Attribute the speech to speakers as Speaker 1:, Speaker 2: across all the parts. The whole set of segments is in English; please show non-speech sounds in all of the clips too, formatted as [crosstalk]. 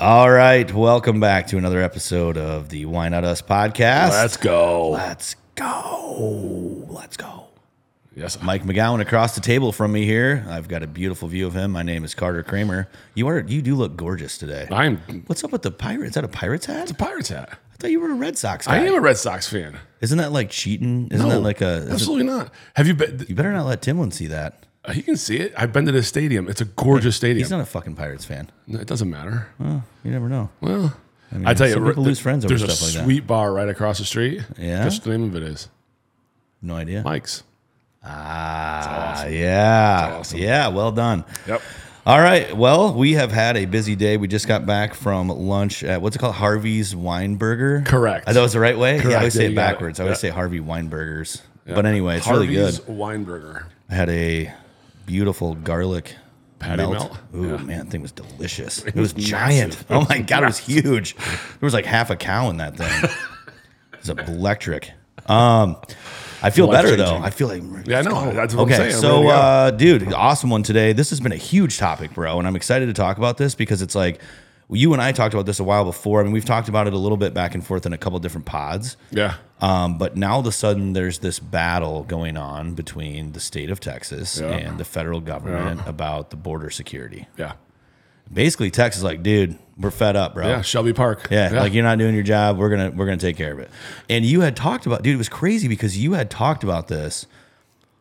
Speaker 1: All right, welcome back to another episode of the Why Not Us podcast.
Speaker 2: Let's go.
Speaker 1: Let's go. Let's go.
Speaker 2: Yes, Mike.
Speaker 1: Mike McGowan across the table from me here. I've got a beautiful view of him. My name is Carter Kramer. You are you do look gorgeous today.
Speaker 2: I'm
Speaker 1: What's up with the pirate? Is that a Pirates hat?
Speaker 2: the Pirates hat.
Speaker 1: I thought you were a Red Sox guy.
Speaker 2: I am a Red Sox fan.
Speaker 1: Isn't that like cheating? Isn't
Speaker 2: No,
Speaker 1: that like a? isn't-
Speaker 2: absolutely not. Have you been?
Speaker 1: you better not let Timlin see that.
Speaker 2: He can see it. I've been to this stadium. It's a gorgeous
Speaker 1: He's
Speaker 2: stadium.
Speaker 1: not a fucking Pirates fan.
Speaker 2: No, it doesn't matter.
Speaker 1: You never know.
Speaker 2: Well, I, tell you,
Speaker 1: some people
Speaker 2: there-
Speaker 1: lose friends over
Speaker 2: There's
Speaker 1: stuff
Speaker 2: a
Speaker 1: like that.
Speaker 2: sweet bar right across the street.
Speaker 1: Yeah?
Speaker 2: that's what the name of it is.
Speaker 1: No idea.
Speaker 2: Mike's.
Speaker 1: Ah, yeah,
Speaker 2: awesome.
Speaker 1: yeah. Well done.
Speaker 2: Yep.
Speaker 1: All right. Well, we have had a busy day. We just got back from lunch at what's it called? Harvey's Weinberger.
Speaker 2: Correct.
Speaker 1: Uh, That was the right way. Yeah, I
Speaker 2: Correct.
Speaker 1: always
Speaker 2: Yeah,
Speaker 1: say it
Speaker 2: you got it.
Speaker 1: backwards. I always say Harvey Weinbergers. But anyway, it's
Speaker 2: Harvey's
Speaker 1: really good.
Speaker 2: Weinberger.
Speaker 1: I had a beautiful garlic
Speaker 2: Patty melt?
Speaker 1: Ooh
Speaker 2: Yeah.
Speaker 1: man, that thing was delicious. It,
Speaker 2: was
Speaker 1: was, giant.
Speaker 2: massive.
Speaker 1: Oh my god, it was huge. There was like half a cow in
Speaker 2: [laughs]
Speaker 1: that thing. it was electric. Um, I feel
Speaker 2: Life
Speaker 1: better though.
Speaker 2: changing.
Speaker 1: I feel like
Speaker 2: Yeah, I know. That's what I'm
Speaker 1: okay.
Speaker 2: saying. I'm ready
Speaker 1: so,
Speaker 2: to go.
Speaker 1: uh, dude, awesome one today. This has been a huge topic, bro, and I'm excited to talk about this because it's like you and I talked about this a while before. I mean, we've talked about it a little bit back and forth in a couple different pods.
Speaker 2: yeah.
Speaker 1: Um, but now all of a sudden, there's this battle going on between the state of Texas
Speaker 2: Yeah.
Speaker 1: and the federal government about the border security.
Speaker 2: Yeah.
Speaker 1: Basically, Texas is like, dude, we're fed up, bro.
Speaker 2: Yeah. Shelby Park.
Speaker 1: Yeah, like you're not doing your job. We're gonna we're gonna take care of it. And you had talked about, dude. It was crazy because you had talked about this,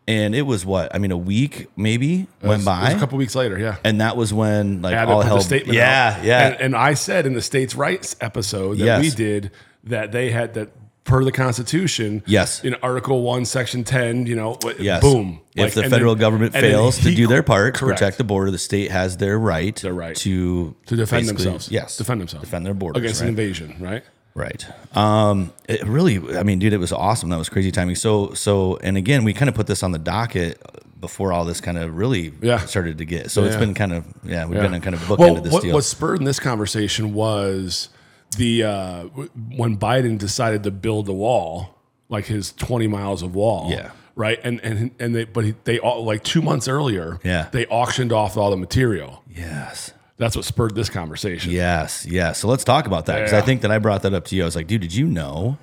Speaker 1: and it was what I mean, a week maybe
Speaker 2: It
Speaker 1: went
Speaker 2: was- it was
Speaker 1: by,
Speaker 2: a couple weeks later. Yeah.
Speaker 1: and that was when like
Speaker 2: had to
Speaker 1: all
Speaker 2: put
Speaker 1: hell.
Speaker 2: the statement
Speaker 1: yeah,
Speaker 2: out.
Speaker 1: yeah,
Speaker 2: And, and I said in the states' rights episode that
Speaker 1: Yes.
Speaker 2: we did that they had that per the Constitution.
Speaker 1: Yes.
Speaker 2: In Article One, Section Ten, you know, wh-
Speaker 1: Yes.
Speaker 2: boom.
Speaker 1: If
Speaker 2: Like,
Speaker 1: the
Speaker 2: and
Speaker 1: federal
Speaker 2: then-
Speaker 1: government
Speaker 2: and then
Speaker 1: fails to
Speaker 2: he-
Speaker 1: do their part to
Speaker 2: correct.
Speaker 1: protect the border, the state has their right, their
Speaker 2: right.
Speaker 1: to
Speaker 2: to defend
Speaker 1: basically-
Speaker 2: themselves.
Speaker 1: Yes,
Speaker 2: Defend themselves.
Speaker 1: defend their borders
Speaker 2: against
Speaker 1: right?
Speaker 2: an invasion, right?
Speaker 1: Right. Um, it really, I mean, dude, it was awesome. That was crazy timing. So, so, and again, we kind of put this on the docket before all this kind of really
Speaker 2: Yeah.
Speaker 1: started to get. So it's
Speaker 2: yeah.
Speaker 1: been kind of, yeah, we've been kind of booked
Speaker 2: well,
Speaker 1: into this
Speaker 2: what,
Speaker 1: deal.
Speaker 2: what spurred this conversation was the uh, w- when Biden decided to build the wall, like his twenty miles of wall.
Speaker 1: Yeah.
Speaker 2: Right. And and and they but he- they all like two months earlier.
Speaker 1: Yeah.
Speaker 2: They auctioned off all the material.
Speaker 1: yes.
Speaker 2: That's what spurred this conversation.
Speaker 1: Yes. Yes. So let's talk about that. Cause I
Speaker 2: Yeah.
Speaker 1: think that I brought that up to you. I was like, dude, did you know?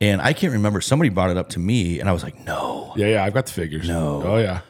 Speaker 1: And I can't remember. Somebody brought it up to me and I was like, no.
Speaker 2: Yeah. Yeah. I've got the figures. No. Oh yeah.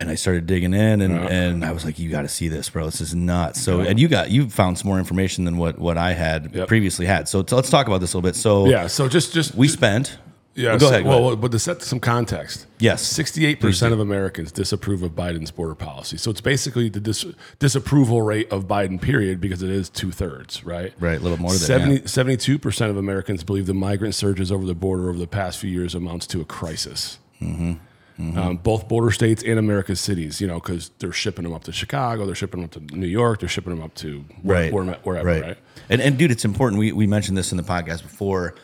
Speaker 1: And I started digging in and, and I was like, you got to see this, bro. This is nuts. So, and you got, you found some more information than what, what I had
Speaker 2: Yep.
Speaker 1: previously had. So t- let's talk about this a little bit. So
Speaker 2: Yeah. So just just
Speaker 1: we
Speaker 2: just-
Speaker 1: spent.
Speaker 2: yeah.
Speaker 1: go
Speaker 2: so-
Speaker 1: ahead, go
Speaker 2: well, but to set some context.
Speaker 1: Yes.
Speaker 2: Sixty-eight percent of Americans disapprove of Biden's border policy. So it's basically the dis- disapproval rate of Biden, period, because it is two thirds, right?
Speaker 1: Right, a little more than that.
Speaker 2: 72 percent of Americans believe the migrant surges over the border over the past few years amounts to a crisis.
Speaker 1: Mm-hmm,
Speaker 2: Um, both border states and America's cities, you know, because they're shipping them up to Chicago, they're shipping them up to New York, they're shipping them up to where,
Speaker 1: Right.
Speaker 2: where, wherever,
Speaker 1: right.
Speaker 2: right?
Speaker 1: And and dude, it's important. We we mentioned this in the podcast before. Uh,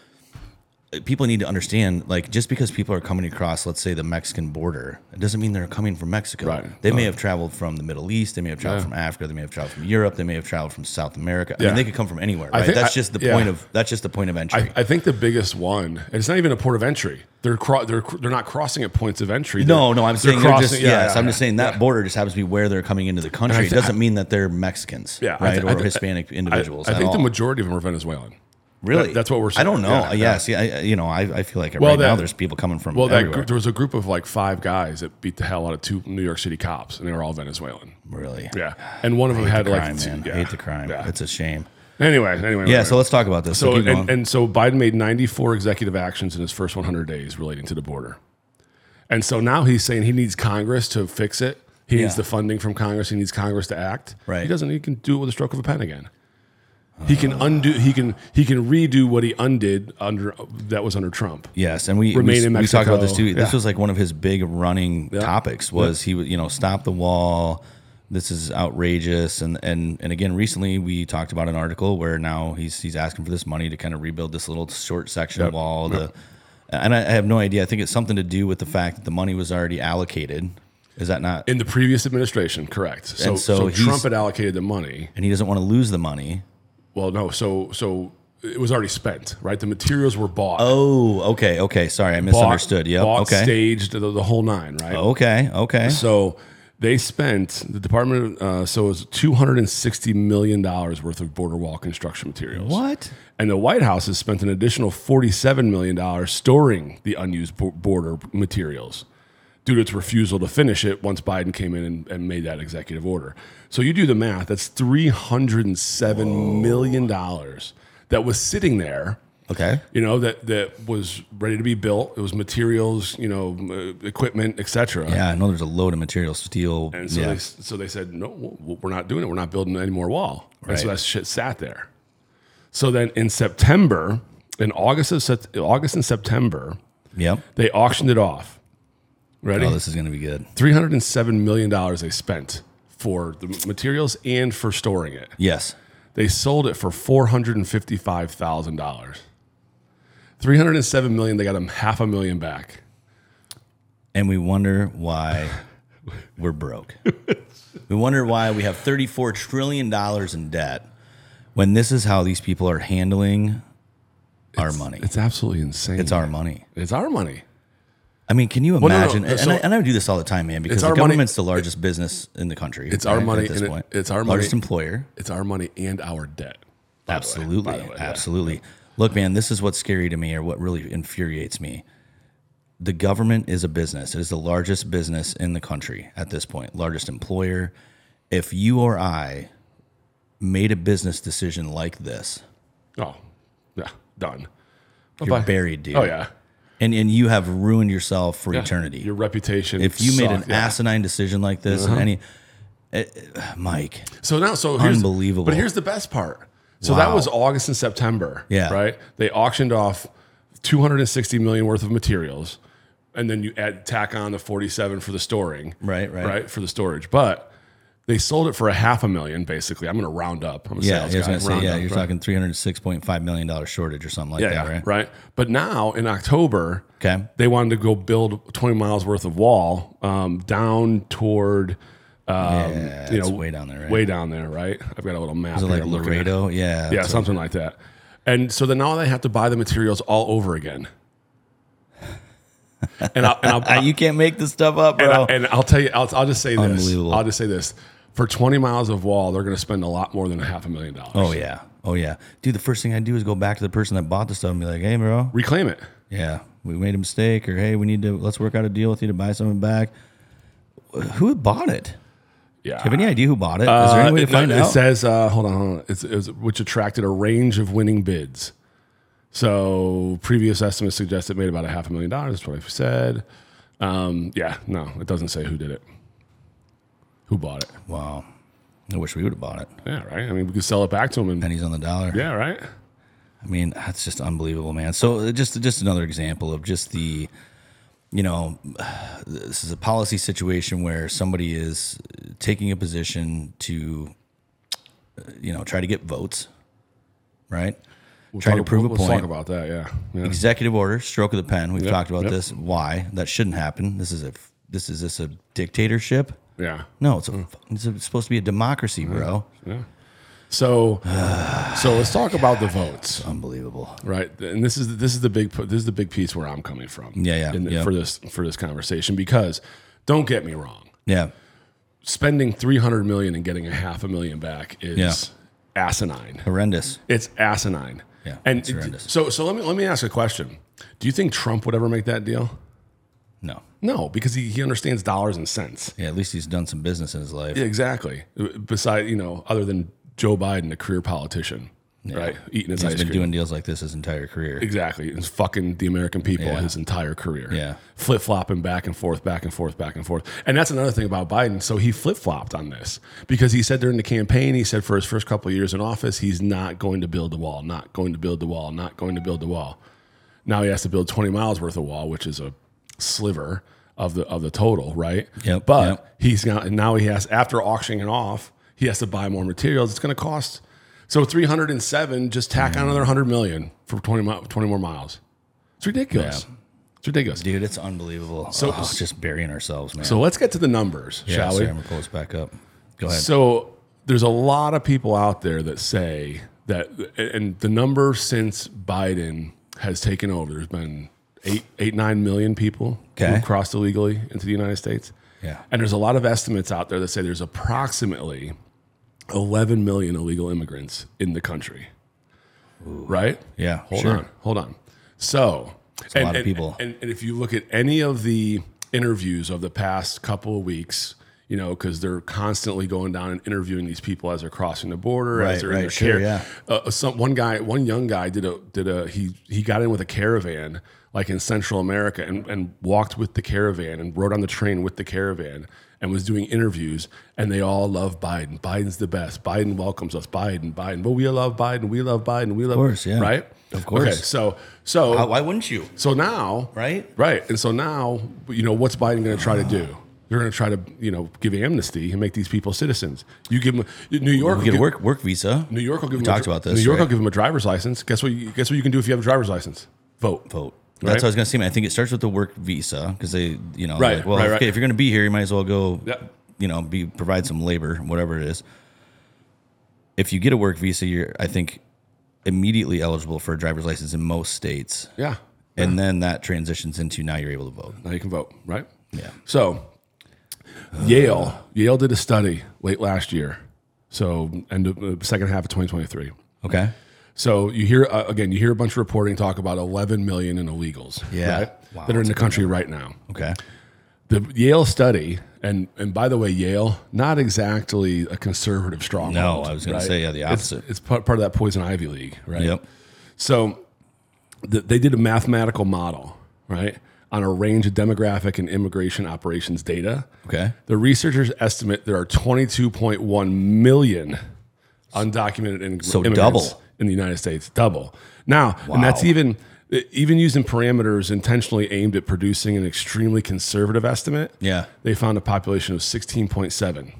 Speaker 1: People need to understand, like, just because people are coming across, let's say, the Mexican border, it doesn't mean they're coming from Mexico.
Speaker 2: Right.
Speaker 1: They may have traveled from the Middle East, they may have traveled from Africa, they may have traveled from Europe, they may have traveled from South America. I
Speaker 2: Yeah.
Speaker 1: mean, they could come from anywhere, right?
Speaker 2: think-
Speaker 1: that's
Speaker 2: I-
Speaker 1: just the
Speaker 2: yeah.
Speaker 1: point of that's just the point of entry.
Speaker 2: I, I think the biggest one, and it's not even a port of entry. They're cro- they're they're not crossing at points of entry.
Speaker 1: no,
Speaker 2: They're-
Speaker 1: no, I'm
Speaker 2: they're
Speaker 1: saying they're
Speaker 2: crossing-
Speaker 1: just
Speaker 2: yeah,
Speaker 1: yes.
Speaker 2: yeah,
Speaker 1: I'm
Speaker 2: yeah.
Speaker 1: just saying that border just happens to be where they're coming into the country.
Speaker 2: thi-
Speaker 1: it doesn't mean that they're Mexicans,
Speaker 2: Yeah, I
Speaker 1: right,
Speaker 2: thi- I
Speaker 1: or
Speaker 2: thi-
Speaker 1: Hispanic individuals.
Speaker 2: I, I
Speaker 1: at
Speaker 2: think the
Speaker 1: all.
Speaker 2: majority of them are Venezuelan.
Speaker 1: Really?
Speaker 2: That- that's what we're
Speaker 1: I don't
Speaker 2: saying.
Speaker 1: know.
Speaker 2: Yeah, yeah.
Speaker 1: yes. Yeah. I, you know, I, I feel like
Speaker 2: Well,
Speaker 1: right now
Speaker 2: that-
Speaker 1: there's people coming from
Speaker 2: Well, that
Speaker 1: everywhere.
Speaker 2: group, there was a group of like five guys that beat the hell out of two New York City cops, and they were all Venezuelan.
Speaker 1: really.
Speaker 2: Yeah, and one of them had
Speaker 1: Crime,
Speaker 2: like
Speaker 1: man.
Speaker 2: yeah,
Speaker 1: I hate the crime.
Speaker 2: Yeah.
Speaker 1: It's a shame.
Speaker 2: Anyway, anyway,
Speaker 1: Yeah.
Speaker 2: anyway.
Speaker 1: So let's talk about this. So,
Speaker 2: So
Speaker 1: keep
Speaker 2: and,
Speaker 1: going.
Speaker 2: and so Biden made 94 executive actions in his first 100 days relating to the border, and so now he's saying he needs Congress to fix it. He needs
Speaker 1: Yeah.
Speaker 2: the funding from Congress. He needs Congress to act.
Speaker 1: Right.
Speaker 2: He doesn't. He can do it with a stroke of a pen again. He can undo. He can. He can redo what he undid under that was under Trump.
Speaker 1: yes. And we,
Speaker 2: Remain
Speaker 1: we,
Speaker 2: in
Speaker 1: we talked about this
Speaker 2: Mexico.
Speaker 1: too. This
Speaker 2: Yeah.
Speaker 1: was like one of his big running topics was he would, you know, stop the wall. This is outrageous. And, and, and again, recently we talked about an article where now he's, he's asking for this money to kind of rebuild this little short section of wall. The, and I, I have no idea. I think it's something to do with the fact that the money was already allocated. Is that not?
Speaker 2: In the previous administration, correct. So,
Speaker 1: And so
Speaker 2: so,
Speaker 1: he's-
Speaker 2: Trump had allocated the money.
Speaker 1: and he doesn't want to lose the money.
Speaker 2: Well, no. So so it was already spent, right? The materials were bought.
Speaker 1: Oh, okay, okay. Sorry, I
Speaker 2: bought,
Speaker 1: misunderstood. Yeah,
Speaker 2: Bought,
Speaker 1: okay,
Speaker 2: staged the, the whole nine, right?
Speaker 1: okay, okay.
Speaker 2: So They spent the Department of uh, so it was two hundred and sixty million dollars worth of border wall construction materials.
Speaker 1: What?
Speaker 2: And the White House has spent an additional $47 million storing the unused bo- border materials due to its refusal to finish it once Biden came in and, and made that executive order. So you do the math, that's $307 million dollars that was sitting there.
Speaker 1: Okay.
Speaker 2: You know that that was ready to be built. It was materials, you know, m- equipment, etc.
Speaker 1: Yeah, I know there's a load of material, steel.
Speaker 2: And so,
Speaker 1: yeah.
Speaker 2: they, so they said, no, w- w- we're not doing it. We're not building any more wall. And so
Speaker 1: Right.
Speaker 2: that shit sat there. So then in September, in August of Sept- August and September,
Speaker 1: yep.
Speaker 2: they auctioned it off. Ready?
Speaker 1: Oh, this is gonna be good.
Speaker 2: Three hundred and seven million dollars they spent for the materials and for storing it.
Speaker 1: Yes.
Speaker 2: They sold it for four hundred and fifty-five thousand dollars. Three hundred and seven million. They got them half a million back.
Speaker 1: And we wonder [laughs] why we're broke. we wonder why we have thirty-four trillion dollars in debt when this is how these people are handling our money. It's,
Speaker 2: It's absolutely insane. It's
Speaker 1: our money.
Speaker 2: it's our money.
Speaker 1: I mean, can you
Speaker 2: no, no,
Speaker 1: imagine?
Speaker 2: no,
Speaker 1: and,
Speaker 2: so-
Speaker 1: I, and I do this all the time, man, because
Speaker 2: our
Speaker 1: the
Speaker 2: money-
Speaker 1: government's the largest business in the country.
Speaker 2: It's our money
Speaker 1: At this
Speaker 2: and it-
Speaker 1: point,
Speaker 2: it's our
Speaker 1: largest
Speaker 2: money.
Speaker 1: employer.
Speaker 2: It's our money and our debt. by the way.
Speaker 1: Absolutely.
Speaker 2: By the way, yeah.
Speaker 1: absolutely. Look, man, this is what's scary to me or what really infuriates me. The government is a business. It is the largest business in the country at this point, largest employer. If you or I made a business decision like this,
Speaker 2: Oh, yeah, done.
Speaker 1: you're
Speaker 2: Bye-bye.
Speaker 1: buried, dude.
Speaker 2: Oh yeah,
Speaker 1: And and you have ruined yourself for eternity.
Speaker 2: Your reputation.
Speaker 1: if you made an
Speaker 2: sucked, yeah. Uh-huh.
Speaker 1: asinine decision like this, and any eh, eh, Mike,
Speaker 2: So now, so here's,
Speaker 1: Unbelievable.
Speaker 2: But here's the best part. So that
Speaker 1: Wow.
Speaker 2: was August and September.
Speaker 1: Yeah.
Speaker 2: Right. They auctioned off 260 million worth of materials, and then you add tack on the 47 for the storing.
Speaker 1: Right, right.
Speaker 2: Right for the storage, but. They sold it for a half a million, basically. I'm going to round up. I'm a
Speaker 1: yeah, I was
Speaker 2: sales guy.
Speaker 1: gonna say,
Speaker 2: Round
Speaker 1: yeah,
Speaker 2: up,
Speaker 1: you're
Speaker 2: right?
Speaker 1: talking three hundred six point five million dollar shortage or something like
Speaker 2: yeah,
Speaker 1: that, right?
Speaker 2: right. But now in October,
Speaker 1: Okay.
Speaker 2: they wanted to go build 20 miles worth of wall um, down toward, um,
Speaker 1: Yeah,
Speaker 2: you
Speaker 1: it's
Speaker 2: know,
Speaker 1: way down there, right?
Speaker 2: way down there, right? I've got a little map.
Speaker 1: Is it
Speaker 2: here
Speaker 1: like
Speaker 2: I'm looking at.
Speaker 1: Laredo? Yeah.
Speaker 2: Yeah,
Speaker 1: that's what-
Speaker 2: something like that. And so then now they have to buy the materials all over again. And I'll,
Speaker 1: [laughs]
Speaker 2: and I'll,
Speaker 1: Ah, you can't make this stuff up,
Speaker 2: and,
Speaker 1: bro.
Speaker 2: I, and I'll tell you, I'll, I'll just say this.
Speaker 1: Unbelievable.
Speaker 2: I'll just say this. For 20 miles of wall, they're going to spend a lot more than a half a million dollars.
Speaker 1: oh yeah. Oh yeah. Dude, the first thing I do is go back to the person that bought the stuff and be like, hey bro,
Speaker 2: Reclaim it.
Speaker 1: yeah, we made a mistake, or hey, we need to let's work out a deal with you to buy something back. Who bought it?
Speaker 2: Yeah.
Speaker 1: Have any idea who bought it? Is there any way
Speaker 2: Uh,
Speaker 1: to find
Speaker 2: it,
Speaker 1: out?
Speaker 2: It says, uh, hold on, hold on. It's, it's, which attracted a range of winning bids. So previous estimates suggest it made about a half a million dollars. That's what I said. Um, yeah, no, it doesn't say who did it, who bought it.
Speaker 1: wow. I wish we would have bought it.
Speaker 2: Yeah, right. I mean, we could sell it back to them, and
Speaker 1: Pennies on the dollar.
Speaker 2: yeah, right.
Speaker 1: I mean, that's just unbelievable, man. So uh, just just another example of just the, you know, [sighs] this is a policy situation where somebody is uh, taking a position to, uh, you know, try to get votes, right? trying
Speaker 2: Talk-
Speaker 1: to prove
Speaker 2: we'll
Speaker 1: a point.
Speaker 2: Talk about that. Yeah, yeah.
Speaker 1: Executive order, stroke of the pen. We've talked about
Speaker 2: yep.
Speaker 1: this. Why that shouldn't happen. This is a this is this a dictatorship?
Speaker 2: yeah.
Speaker 1: No, it's a fu- it's, a, it's supposed to be a democracy, bro.
Speaker 2: So, so let's talk about the votes.
Speaker 1: Unbelievable.
Speaker 2: right and this is this is the big this is the big piece where i'm coming from
Speaker 1: Yeah, yeah,
Speaker 2: in the-
Speaker 1: yeah.
Speaker 2: for this for this conversation because don't get me wrong
Speaker 1: Yeah,
Speaker 2: spending 300 million and getting a half a million back is
Speaker 1: Yeah.
Speaker 2: asinine
Speaker 1: horrendous.
Speaker 2: it's asinine
Speaker 1: Yeah,
Speaker 2: and
Speaker 1: it's horrendous.
Speaker 2: so so let me let me ask a question do you think trump would ever make that deal
Speaker 1: No.
Speaker 2: no because he, he understands dollars and cents
Speaker 1: Yeah, at least he's done some business in his life.
Speaker 2: Yeah, exactly beside you know other than joe biden a career politician right eating his
Speaker 1: He's
Speaker 2: ice
Speaker 1: been
Speaker 2: cream
Speaker 1: doing deals like this his entire career.
Speaker 2: Exactly. It's fucking the American people his entire career.
Speaker 1: Yeah.
Speaker 2: Flip flopping back and forth, back and forth, back and forth. And that's another thing about Biden. So he flip flopped on this because he said during the campaign, he said for his first couple of years in office, he's not going to build the wall, not going to build the wall, not going to build the wall. Now he has to build 20 miles worth of wall, which is a sliver of the of the total, right?
Speaker 1: Yep,
Speaker 2: But
Speaker 1: yep.
Speaker 2: he's now now he has after auctioning it off, he has to buy more materials. It's going to cost so 307 just
Speaker 1: Mm.
Speaker 2: tack on another 100 million for 20 mi- 20 more miles. It's ridiculous. It's ridiculous.
Speaker 1: Dude, it's unbelievable. So oh, it's just burying ourselves, man.
Speaker 2: So let's get to the numbers,
Speaker 1: yeah,
Speaker 2: shall
Speaker 1: sorry,
Speaker 2: we?
Speaker 1: I'm gonna pull this back up. Go ahead.
Speaker 2: So there's a lot of people out there that say that, and the number since Biden has taken over, there's been eight, eight, nine million people
Speaker 1: Okay.
Speaker 2: who crossed illegally into the United States.
Speaker 1: Yeah.
Speaker 2: And there's a lot of estimates out there that say there's approximately 11 million illegal immigrants in the country. Right?
Speaker 1: Yeah,
Speaker 2: Hold
Speaker 1: sure.
Speaker 2: on. Hold on. So,
Speaker 1: a lot of people.
Speaker 2: And, and if you look at any of the interviews of the past couple of weeks, you know, because they're constantly going down and interviewing these people as they're crossing the border,
Speaker 1: Right,
Speaker 2: as they're
Speaker 1: right,
Speaker 2: in their
Speaker 1: sure,
Speaker 2: care.
Speaker 1: yeah.
Speaker 2: Uh, some one guy, one young guy did a did a he he got in with a caravan like in Central America and and walked with the caravan and rode on the train with the caravan and was doing interviews and they all love Biden. Biden's the best. Biden welcomes us. Biden, Biden. But we love Biden. We love Biden. We love
Speaker 1: course, yeah.
Speaker 2: right.
Speaker 1: Of course.
Speaker 2: Okay, so so
Speaker 1: Why- Why wouldn't you?
Speaker 2: so now,
Speaker 1: Right? Ah.
Speaker 2: Right. And so now, you know, what's Biden going to try to do? They're going to try to, you know, give amnesty and make these people citizens. You give them New York.
Speaker 1: We get a
Speaker 2: will
Speaker 1: work work visa.
Speaker 2: give- New York will give them.
Speaker 1: talked about this,
Speaker 2: New York
Speaker 1: right?
Speaker 2: will give them a driver's license. Guess what? You, guess what you can do if you have a driver's license? Vote.
Speaker 1: vote.
Speaker 2: Right.
Speaker 1: That's what I was gonna say. Man, I think it starts with the work visa because they, you know,
Speaker 2: Right,
Speaker 1: like, well,
Speaker 2: right, right.
Speaker 1: okay, if you're gonna be here, you might as well go,
Speaker 2: Yep.
Speaker 1: you know, be provide some labor, whatever it is. If you get a work visa, you're, I think, immediately eligible for a driver's license in most states,
Speaker 2: Yeah.
Speaker 1: and then that transitions into now you're able to vote.
Speaker 2: Now you can vote. Right.
Speaker 1: Yeah.
Speaker 2: So Yale, Yale did a study late last year. So end of uh, second half of 2023.
Speaker 1: Okay.
Speaker 2: So you hear uh, again, you hear a bunch of reporting talk about 11 million in illegals,
Speaker 1: Yeah.
Speaker 2: right,
Speaker 1: Wow,
Speaker 2: that are in the country right now.
Speaker 1: Okay.
Speaker 2: The Yale study, and and by the way, Yale not exactly a conservative stronghold.
Speaker 1: No, I was gonna say, yeah, the
Speaker 2: It's-
Speaker 1: opposite.
Speaker 2: It's, part, part of that poison ivy league, right?
Speaker 1: Yep.
Speaker 2: So th- they did a mathematical model, right, on a range of demographic and immigration operations data.
Speaker 1: Okay.
Speaker 2: The researchers estimate there are 22.1 million undocumented in- immigrants
Speaker 1: double.
Speaker 2: in the United States. Double. Now, and that's
Speaker 1: Wow.
Speaker 2: even e, even using parameters intentionally aimed at producing an extremely conservative estimate.
Speaker 1: Yeah.
Speaker 2: They found a population of 16.7,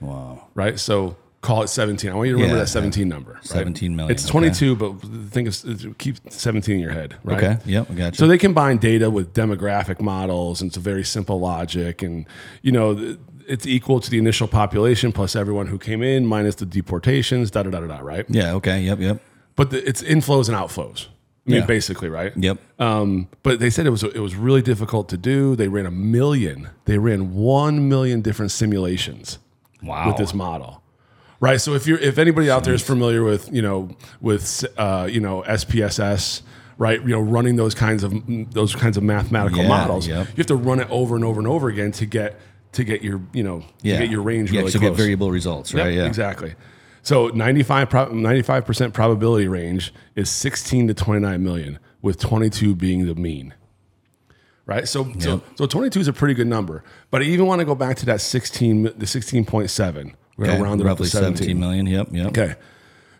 Speaker 1: Wow.
Speaker 2: right? So call it 17. I want you to remember
Speaker 1: Yeah,
Speaker 2: that 17 number. right?
Speaker 1: 17 million,
Speaker 2: It's 22, but think of keep 17 in your head, right?
Speaker 1: Okay. Yep. I got you.
Speaker 2: So they combine data with demographic models, and it's a very simple logic. And you know, th- it's equal to the initial population plus everyone who came in minus the deportations. Da da da da da. Right.
Speaker 1: yeah. Okay. Yep. Yep.
Speaker 2: But the, it's inflows and outflows. I mean,
Speaker 1: Yeah.
Speaker 2: basically, right?
Speaker 1: Yep.
Speaker 2: Um, but they said it was it was really difficult to do. They ran a million. They ran one million different simulations
Speaker 1: Wow.
Speaker 2: with this model. Right. So if you're if anybody out there is familiar with you know with uh, you know SPSS, right? You know, running those kinds of those kinds of mathematical
Speaker 1: Yeah,
Speaker 2: models,
Speaker 1: yep.
Speaker 2: you have to run it over and over and over again to get to get your you know
Speaker 1: yeah.
Speaker 2: to get your range
Speaker 1: Yeah.
Speaker 2: really
Speaker 1: 'cause you'll
Speaker 2: close.
Speaker 1: get variable results, right? yeah.
Speaker 2: Exactly. So 95 percent probability range is 16 to 29 million, with 22 being the mean. Right. So so so 22 is a pretty good number, but I even want to go back to that 16 the 16.7. We're gonna
Speaker 1: Okay.
Speaker 2: round it up to
Speaker 1: Roughly
Speaker 2: 17.
Speaker 1: 17 million. Yep. Yep.
Speaker 2: Okay.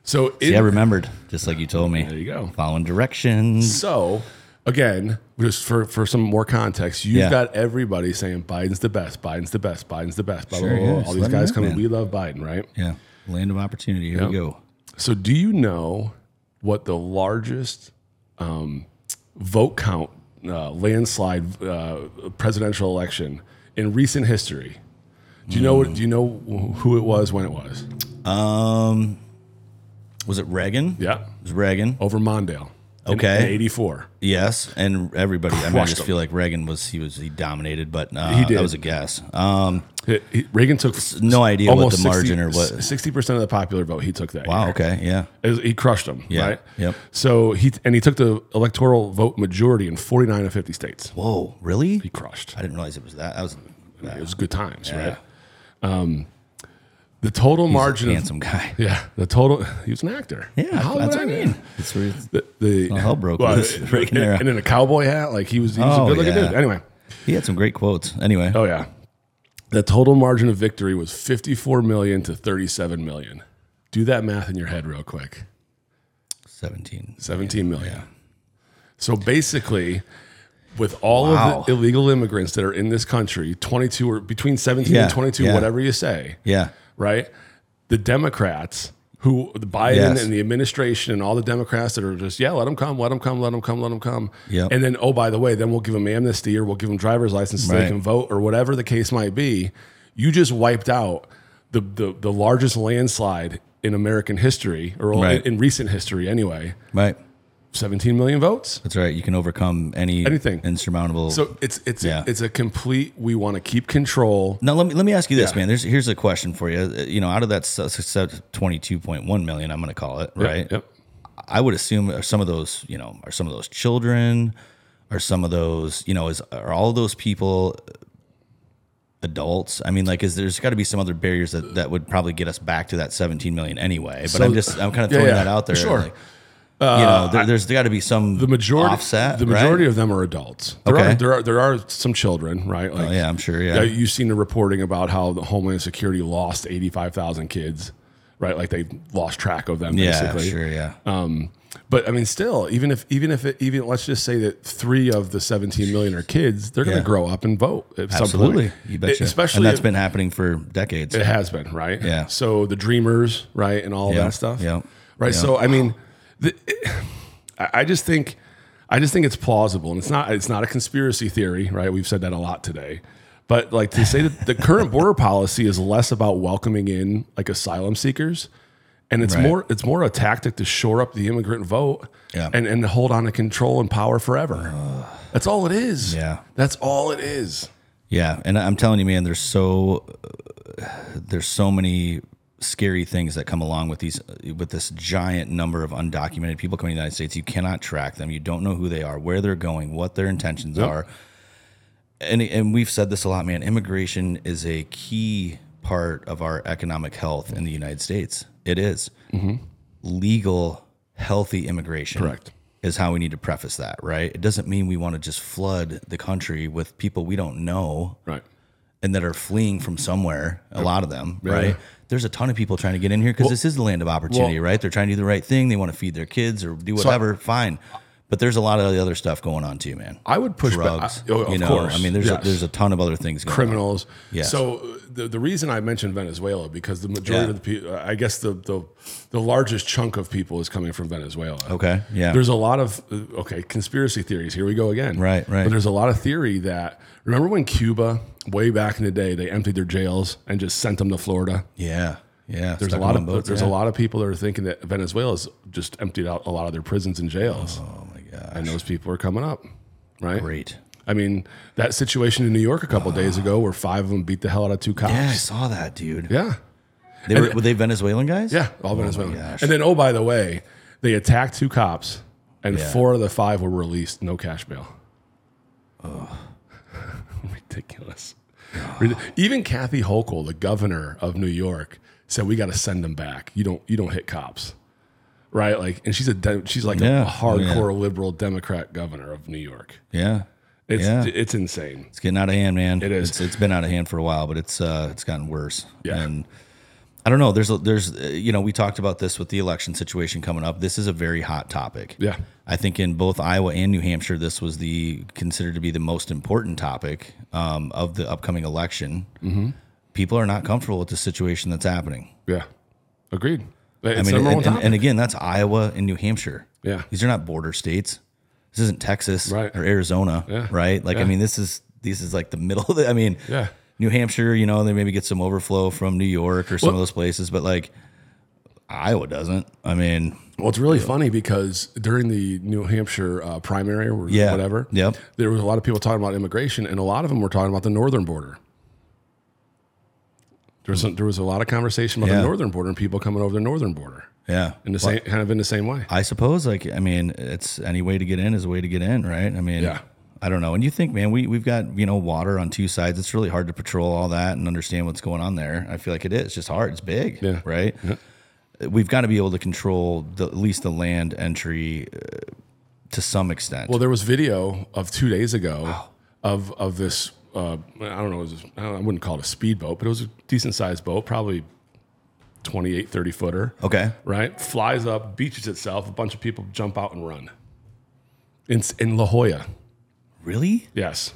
Speaker 2: So it,
Speaker 1: See, I remembered, just like you told me. There
Speaker 2: you go.
Speaker 1: Following directions.
Speaker 2: So again, just for, for some more context, you've
Speaker 1: Yeah.
Speaker 2: got everybody saying Biden's the best, Biden's the best, Biden's the best, blah,
Speaker 1: Sure
Speaker 2: blah, blah, blah.
Speaker 1: is.
Speaker 2: All these
Speaker 1: Let 'em
Speaker 2: guys
Speaker 1: rip,
Speaker 2: coming,
Speaker 1: man.
Speaker 2: we love Biden, right?
Speaker 1: Yeah. Land of opportunity. Here we
Speaker 2: Yep.
Speaker 1: go.
Speaker 2: So do you know what the largest um, vote count uh, landslide uh, presidential election in recent history? Do you know what, do you know who it was when it was?
Speaker 1: Um, was it Reagan?
Speaker 2: Yeah. Oh.
Speaker 1: It was Reagan.
Speaker 2: Over Mondale. in-
Speaker 1: Okay.
Speaker 2: in 84.
Speaker 1: Yes. And everybody, I mean, I
Speaker 2: Crushed
Speaker 1: just
Speaker 2: him.
Speaker 1: feel like Reagan was, he was, he dominated, but uh,
Speaker 2: He did.
Speaker 1: that was a guess. Um,
Speaker 2: It- he- Reagan took
Speaker 1: no idea what the margin or what.
Speaker 2: Sixty percent of the popular vote he took that.
Speaker 1: Wow.
Speaker 2: year.
Speaker 1: Okay. Yeah.
Speaker 2: It was- he crushed them.
Speaker 1: Yeah.
Speaker 2: Right.
Speaker 1: Yep.
Speaker 2: So he and he took the electoral vote majority in forty nine of fifty states.
Speaker 1: Whoa. Really?
Speaker 2: He crushed.
Speaker 1: I didn't realize it was that. I was
Speaker 2: It was good times,
Speaker 1: Yeah.
Speaker 2: right? Um, the total margin.
Speaker 1: a
Speaker 2: Of,
Speaker 1: handsome guy.
Speaker 2: yeah. The total. He was an actor.
Speaker 1: Yeah.
Speaker 2: How
Speaker 1: that's what
Speaker 2: would
Speaker 1: I
Speaker 2: know?
Speaker 1: mean. It's weird.
Speaker 2: The, the
Speaker 1: hell broke loose Reagan
Speaker 2: [laughs] and,
Speaker 1: era.
Speaker 2: and in a cowboy hat, like he was. He was
Speaker 1: Oh,
Speaker 2: a good looking
Speaker 1: yeah.
Speaker 2: dude. Anyway.
Speaker 1: He had some great quotes. Anyway.
Speaker 2: Oh yeah. The total margin of victory was 54 million to 37 million. Do that math in your head real quick.
Speaker 1: 17.
Speaker 2: 17 million. So basically with all
Speaker 1: Wow.
Speaker 2: of the illegal immigrants that are in this country, 22 or between 17
Speaker 1: Yeah,
Speaker 2: and 22
Speaker 1: yeah.
Speaker 2: whatever you say,
Speaker 1: Yeah.
Speaker 2: right? The Democrats who the Biden
Speaker 1: Yes.
Speaker 2: and the administration and all the Democrats that are just yeah, let them come, let them come, let them come, let them come.
Speaker 1: Yep.
Speaker 2: And then oh by the way, then we'll give them amnesty or we'll give them driver's license so
Speaker 1: Right.
Speaker 2: they can vote or whatever the case might be. You just wiped out the the, the largest landslide in American history or
Speaker 1: Right.
Speaker 2: in, in recent history anyway
Speaker 1: Right.
Speaker 2: 17 million votes.
Speaker 1: That's right. You can overcome any
Speaker 2: Anything.
Speaker 1: insurmountable.
Speaker 2: So it's it's
Speaker 1: Yeah.
Speaker 2: it's a complete. We want to keep control.
Speaker 1: now let me let me ask you this,
Speaker 2: Yeah.
Speaker 1: man. There's here's a question for you. Uh, You know, out of that twenty two point one million, I'm going to call it right.
Speaker 2: Yep.
Speaker 1: I would assume are some of those, you know, are some of those children, are some of those, you know, is are all those people uh, adults? I mean, like, is there's got to be some other barriers that that would probably get us back to that 17 million anyway? But I'm just, I'm kind of
Speaker 2: Yeah,
Speaker 1: throwing
Speaker 2: yeah.
Speaker 1: that out there.
Speaker 2: Sure. Uh,
Speaker 1: Like, you know, there, there's got to be some
Speaker 2: The majority
Speaker 1: offset.
Speaker 2: the
Speaker 1: right?
Speaker 2: majority of them are adults. There
Speaker 1: Okay.
Speaker 2: are there are there are some children, right? Like
Speaker 1: Oh, yeah, I'm sure.
Speaker 2: Yeah,
Speaker 1: Yeah.
Speaker 2: you've seen the reporting about how the Homeland Security lost 85,000 kids, right? Like they lost track of them,
Speaker 1: Yeah,
Speaker 2: basically.
Speaker 1: sure. Yeah.
Speaker 2: Um, but I mean, still, even if even if it, even let's just say that three of the 17 million are kids, they're going
Speaker 1: Yeah.
Speaker 2: to grow up and vote. At
Speaker 1: Absolutely.
Speaker 2: Some point. E-,
Speaker 1: You betcha.
Speaker 2: Especially
Speaker 1: and that's
Speaker 2: if-
Speaker 1: been happening for decades.
Speaker 2: it has been right.
Speaker 1: Yeah.
Speaker 2: So the Dreamers, right, and all
Speaker 1: Yeah.
Speaker 2: that stuff.
Speaker 1: Yeah.
Speaker 2: Right.
Speaker 1: Yeah.
Speaker 2: So I mean, the, I I just think, I just think it's plausible, and it's not. It's not a conspiracy theory, right? We've said that a lot today. But like to say
Speaker 1: [laughs]
Speaker 2: that the current border policy is less about welcoming in like asylum seekers, and it's
Speaker 1: Right.
Speaker 2: more it's more a tactic to shore up the immigrant vote,
Speaker 1: Yeah.
Speaker 2: and and hold on to control and power forever. That's all it is.
Speaker 1: Yeah.
Speaker 2: That's all it is.
Speaker 1: Yeah, and I'm telling you, man, there's so there's so many scary things that come along with these with this giant number of undocumented people coming to the United States. You cannot track them. You don't know who they are, where they're going, what their intentions are. And and we've said this a lot, man. Immigration is a key part of our economic health in the United States. It is. legal healthy immigration.
Speaker 2: Correct.
Speaker 1: Is how we need to preface that, right? It doesn't mean we want to just flood the country with people we don't know
Speaker 2: Right.
Speaker 1: and that are fleeing from somewhere, a lot of them, right? There's a ton of people trying to get in here because this is the land of opportunity, right? They're trying to do the right thing. They want to feed their kids or do whatever, fine. But there's a lot of the other stuff going on too, man.
Speaker 2: I would push
Speaker 1: Drugs,
Speaker 2: back. I- oh, of
Speaker 1: you know,
Speaker 2: course.
Speaker 1: I mean, there's
Speaker 2: Yes.
Speaker 1: a, there's a ton of other things going on.
Speaker 2: criminals.
Speaker 1: Yes.
Speaker 2: So uh, the, the reason I mentioned Venezuela because the majority
Speaker 1: Yeah.
Speaker 2: of the people, I guess the, the the largest chunk of people is coming from Venezuela.
Speaker 1: Okay, yeah.
Speaker 2: There's a lot of uh, okay conspiracy theories. Here we go again.
Speaker 1: Right, right.
Speaker 2: But there's a lot of theory that remember when Cuba way back in the day they emptied their jails and just sent them to Florida.
Speaker 1: yeah, yeah.
Speaker 2: There's a lot of there's a lot of people that are thinking that Venezuela's just emptied out a lot of their prisons and jails,
Speaker 1: Oh my god,
Speaker 2: and those people are coming up, right?
Speaker 1: great.
Speaker 2: I mean, that situation in New York a couple days ago where five of them beat the hell out of two cops.
Speaker 1: Yeah, I saw that, dude.
Speaker 2: Yeah.
Speaker 1: They were, were they Venezuelan guys?
Speaker 2: Yeah. All Venezuelan.
Speaker 1: gosh.
Speaker 2: and then, oh, by the way, they attacked two cops and
Speaker 1: Yeah.
Speaker 2: four of the five were released, no cash bail. Oh. [laughs] Ridiculous. Rid- Even Kathy Hochul, the governor of New York, said we got to send them back. You don't you don't hit cops. Right? Like and she's a de- she's like
Speaker 1: Yeah.
Speaker 2: a hardcore liberal democrat governor of New York.
Speaker 1: yeah.
Speaker 2: It's
Speaker 1: Yeah.
Speaker 2: it's insane.
Speaker 1: It's getting out of hand, man. It
Speaker 2: is.
Speaker 1: It's, it's been out of hand for a while, but it's uh, it's gotten worse.
Speaker 2: Yeah.
Speaker 1: And I don't know. There's a, there's uh, you know we talked about this with the election situation coming up. This is a very hot topic.
Speaker 2: Yeah.
Speaker 1: I think in both Iowa and New Hampshire, this was the considered to be the most important topic um, of the upcoming election.
Speaker 2: Mm-hmm.
Speaker 1: People are not comfortable with the situation that's happening.
Speaker 2: Yeah. Agreed. It's
Speaker 1: I mean,
Speaker 2: number
Speaker 1: and,
Speaker 2: one
Speaker 1: and-
Speaker 2: topic.
Speaker 1: and again, that's Iowa and New Hampshire.
Speaker 2: Yeah.
Speaker 1: These are not border states. This isn't Texas
Speaker 2: Right.
Speaker 1: or Arizona, right? Like, I mean, this is, this is like the middle of the, I mean,
Speaker 2: Yeah.
Speaker 1: New Hampshire, you know, they maybe get some overflow from New York or some of those places, but like Iowa doesn't. I mean,
Speaker 2: Well, it's really funny because during the New Hampshire uh, primary or
Speaker 1: Yeah.
Speaker 2: whatever,
Speaker 1: Yep.
Speaker 2: there was a lot of people talking about immigration, and a lot of them were talking about the northern border. There was, there was a lot of conversation about
Speaker 1: Yeah.
Speaker 2: the northern border and people coming over the northern border
Speaker 1: yeah.
Speaker 2: in the same kind of in the same way.
Speaker 1: I suppose, like, I mean, it's any way to get in is a way to get in, right? I mean,
Speaker 2: Yeah.
Speaker 1: I don't know. And you think, man, we, we've got, you know, water on two sides. It's really hard to patrol all that and understand what's going on there. I feel like it is It's just hard. It's big,
Speaker 2: Yeah.
Speaker 1: right? We've got to be able to control the, at least the land entry uh, to some extent.
Speaker 2: Well, there was video of two days ago of of this. Uh, I don't know. It was, I, don't, I wouldn't call it a speedboat, but it was a decent sized boat, probably 28, 30 footer.
Speaker 1: okay.
Speaker 2: right? Flies up, beaches itself. A bunch of people jump out and run. In, in La Jolla,
Speaker 1: Really?
Speaker 2: yes.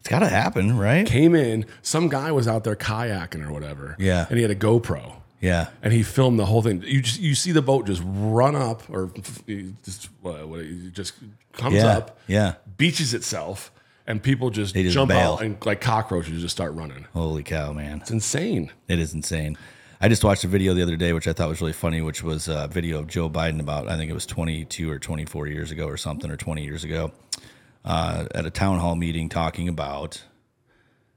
Speaker 1: It's got to happen, right?
Speaker 2: Came in, some guy was out there kayaking or whatever.
Speaker 1: Yeah.
Speaker 2: And he had a GoPro
Speaker 1: Yeah.
Speaker 2: and he filmed the whole thing. You just, you see the boat just run up or f- f- just, what, what, it just comes
Speaker 1: Yeah.
Speaker 2: up,
Speaker 1: Yeah.
Speaker 2: beaches itself, and people just,
Speaker 1: just
Speaker 2: jump
Speaker 1: bail.
Speaker 2: out and like cockroaches just start running.
Speaker 1: Holy cow, man.
Speaker 2: It's insane.
Speaker 1: It is insane. I just watched a video the other day, which I thought was really funny, which was a video of Joe Biden about, I think it was 22 or 24 years ago or something, or 20 years ago, uh, at a town hall meeting talking about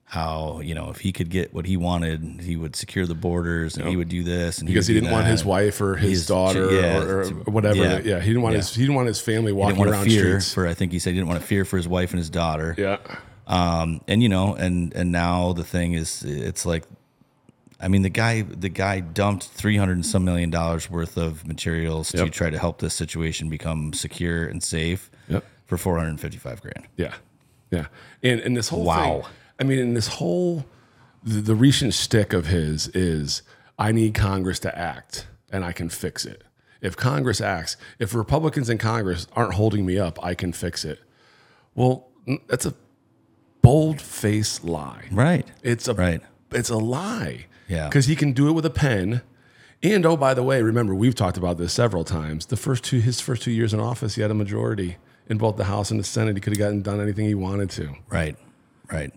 Speaker 1: how, you know, if he could get what he wanted, he would secure the borders and he would do this. And
Speaker 2: because he
Speaker 1: would do
Speaker 2: didn't want
Speaker 1: that.
Speaker 2: his wife or his
Speaker 1: He's-
Speaker 2: daughter
Speaker 1: yeah,
Speaker 2: or, or
Speaker 1: to-
Speaker 2: whatever.
Speaker 1: yeah.
Speaker 2: Yeah. he didn't want his he didn't want his family
Speaker 1: He
Speaker 2: walking
Speaker 1: didn't
Speaker 2: around
Speaker 1: want to fear
Speaker 2: streets.
Speaker 1: for, I think he said he didn't want to fear for his wife and his daughter.
Speaker 2: yeah,
Speaker 1: um, and you know, and and now the thing is, it's like, I mean, the guy the guy dumped three hundred and some million dollars worth of materials to
Speaker 2: Yep.
Speaker 1: try to help this situation become secure and safe
Speaker 2: Yep.
Speaker 1: for four hundred and fifty five grand.
Speaker 2: yeah, yeah. And and this whole
Speaker 1: Wow.
Speaker 2: thing- I mean, and this whole the, the recent stick of his is I need Congress to act, and I can fix it. If Congress acts, if Republicans in Congress aren't holding me up, I can fix it. Well, n- that's a bold faced lie.
Speaker 1: Right.
Speaker 2: It's a
Speaker 1: Right.
Speaker 2: It's a lie.
Speaker 1: Yeah.
Speaker 2: Because he can do it with a pen. And oh, by the way, remember we've talked about this several times. The first two, his first two years in office, he had a majority in both the House and the Senate. He could have gotten done anything he wanted to.
Speaker 1: Right. Right.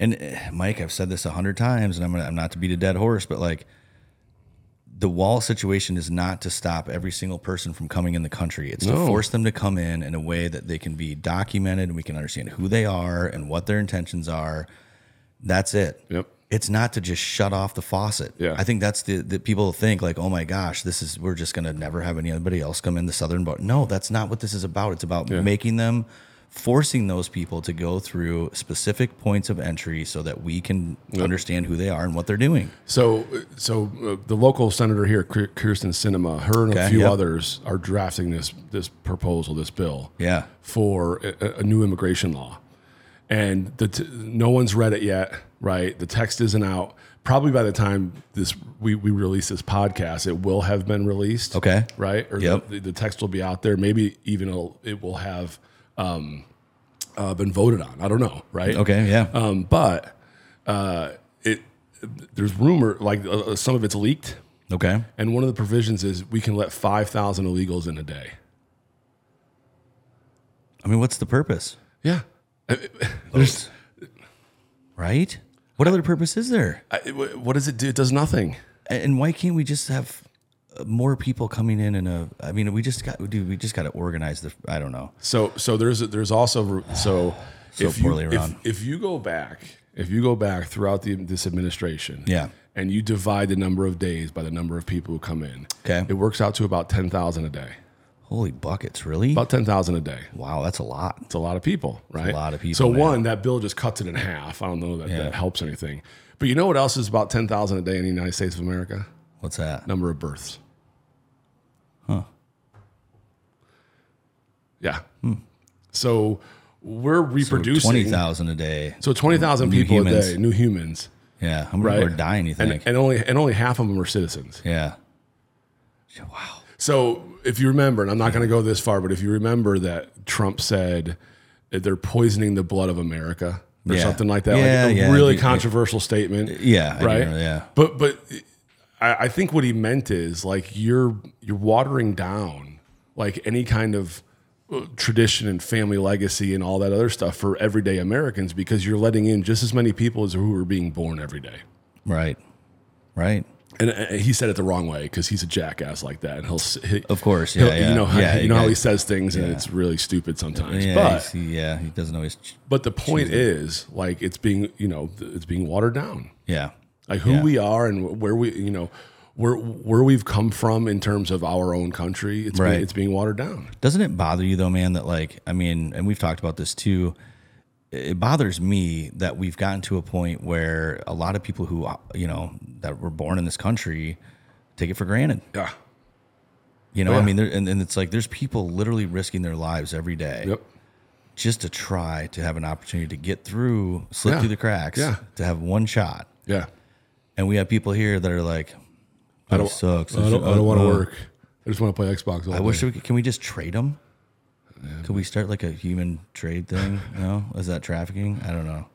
Speaker 1: And eh, Mike, I've said this a hundred times, and I'm gonna, I'm not to beat a dead horse, but like. The wall situation is not to stop every single person from coming in the country. It's to
Speaker 2: No.
Speaker 1: force them to come in in a way that they can be documented and we can understand who they are and what their intentions are. That's it.
Speaker 2: Yep.
Speaker 1: It's not to just shut off the faucet.
Speaker 2: Yeah.
Speaker 1: I think that's the, the people think like, oh my gosh, this is we're just gonna never have anybody else come in the southern border. No, that's not what this is about. It's about making them forcing those people to go through specific points of entry so that we can understand who they are and what they're doing.
Speaker 2: So, so uh, the local senator here, Kir- Kirsten Cinema, her and
Speaker 1: Okay,
Speaker 2: a few
Speaker 1: yep.
Speaker 2: others are drafting this this proposal, this bill.
Speaker 1: Yeah.
Speaker 2: for a, a new immigration law, and the t- no one's read it yet. Right, the text isn't out. Probably by the time this we, we release this podcast, it will have been released.
Speaker 1: Okay.
Speaker 2: right, or
Speaker 1: Yep.
Speaker 2: the, the text will be out there. Maybe even it'll, it will have um, uh, been voted on. I don't know. Right.
Speaker 1: Okay. Yeah.
Speaker 2: Um, but uh, it there's rumor like uh, some of it's leaked,
Speaker 1: okay.
Speaker 2: and one of the provisions is we can let five thousand illegals in a day.
Speaker 1: I mean, what's the purpose?
Speaker 2: Yeah. Uh,
Speaker 1: There's right. What other purpose is there?
Speaker 2: I, wh- what does it do? It does nothing.
Speaker 1: And why can't we just have uh, more people coming in? And a, I mean, we just got, dude, we just got to organize the. I don't know.
Speaker 2: So so there's there's also
Speaker 1: [sighs]
Speaker 2: so, if
Speaker 1: poorly
Speaker 2: you,
Speaker 1: run.
Speaker 2: If, if you go back, if you go back throughout the, this administration,
Speaker 1: Yeah.
Speaker 2: and you divide the number of days by the number of people who come in,
Speaker 1: Okay.
Speaker 2: it works out to about ten thousand a day.
Speaker 1: Holy buckets, really?
Speaker 2: About ten thousand a day.
Speaker 1: wow, that's a lot.
Speaker 2: It's a lot of people, right?
Speaker 1: a lot of people,
Speaker 2: So
Speaker 1: man.
Speaker 2: one, that bill just cuts it in half. I don't know that that helps anything. But you know what else is about ten thousand a day in the United States of America?
Speaker 1: What's that?
Speaker 2: Number of births.
Speaker 1: Huh.
Speaker 2: Yeah. So we're reproducing.
Speaker 1: Hmm. Twenty thousand a day.
Speaker 2: So twenty thousand people
Speaker 1: humans.
Speaker 2: a day, new humans,
Speaker 1: Yeah, how many people are dying? You
Speaker 2: and,
Speaker 1: think?
Speaker 2: and only and only half of them are citizens.
Speaker 1: yeah. Yeah, Wow.
Speaker 2: So if you remember, and I'm not going to go this far, but if you remember that Trump said that they're poisoning the blood of America or
Speaker 1: Yeah.
Speaker 2: something like that, like
Speaker 1: Yeah,
Speaker 2: a
Speaker 1: yeah,
Speaker 2: really
Speaker 1: yeah.
Speaker 2: controversial statement,
Speaker 1: Yeah. I do
Speaker 2: right?
Speaker 1: remember, yeah.
Speaker 2: But but I, I think what he meant is like you're you're watering down like any kind of uh, tradition and family legacy and all that other stuff for everyday Americans because you're letting in just as many people as who are being born every day.
Speaker 1: Right. Right.
Speaker 2: and uh, he said it the wrong way because he's a jackass like that, and he'll s- he,
Speaker 1: Of course, yeah,
Speaker 2: he'll-
Speaker 1: yeah,
Speaker 2: you know how,
Speaker 1: yeah,
Speaker 2: you know how
Speaker 1: yeah.
Speaker 2: he says things, and it's really stupid sometimes.
Speaker 1: Yeah. you
Speaker 2: but
Speaker 1: see, yeah. He doesn't always. ch-
Speaker 2: but the point is, like, it's being you know th- it's being watered down,
Speaker 1: Yeah.
Speaker 2: like who we are and where we you know where where we've come from in terms of our own country. It's
Speaker 1: Right.
Speaker 2: being, it's being watered down.
Speaker 1: Doesn't it bother you though, man? That like, I mean, and we've talked about this too. It bothers me that we've gotten to a point where a lot of people who uh, you know that were born in this country take it for granted.
Speaker 2: Yeah.
Speaker 1: You know,
Speaker 2: yeah.
Speaker 1: I mean, there, and, and it's like there's people literally risking their lives every day
Speaker 2: Yep.
Speaker 1: just to try to have an opportunity to get through, slip
Speaker 2: Yeah.
Speaker 1: through the cracks,
Speaker 2: Yeah.
Speaker 1: to have one shot.
Speaker 2: Yeah.
Speaker 1: And we have people here that are like, "That
Speaker 2: don't-
Speaker 1: sucks.
Speaker 2: I don't, I don't want to
Speaker 1: Uh,
Speaker 2: work. I just want to play Xbox. All
Speaker 1: I wish we could, can we just trade them? Could we start like a human trade thing? [laughs] No, is that trafficking? I don't know.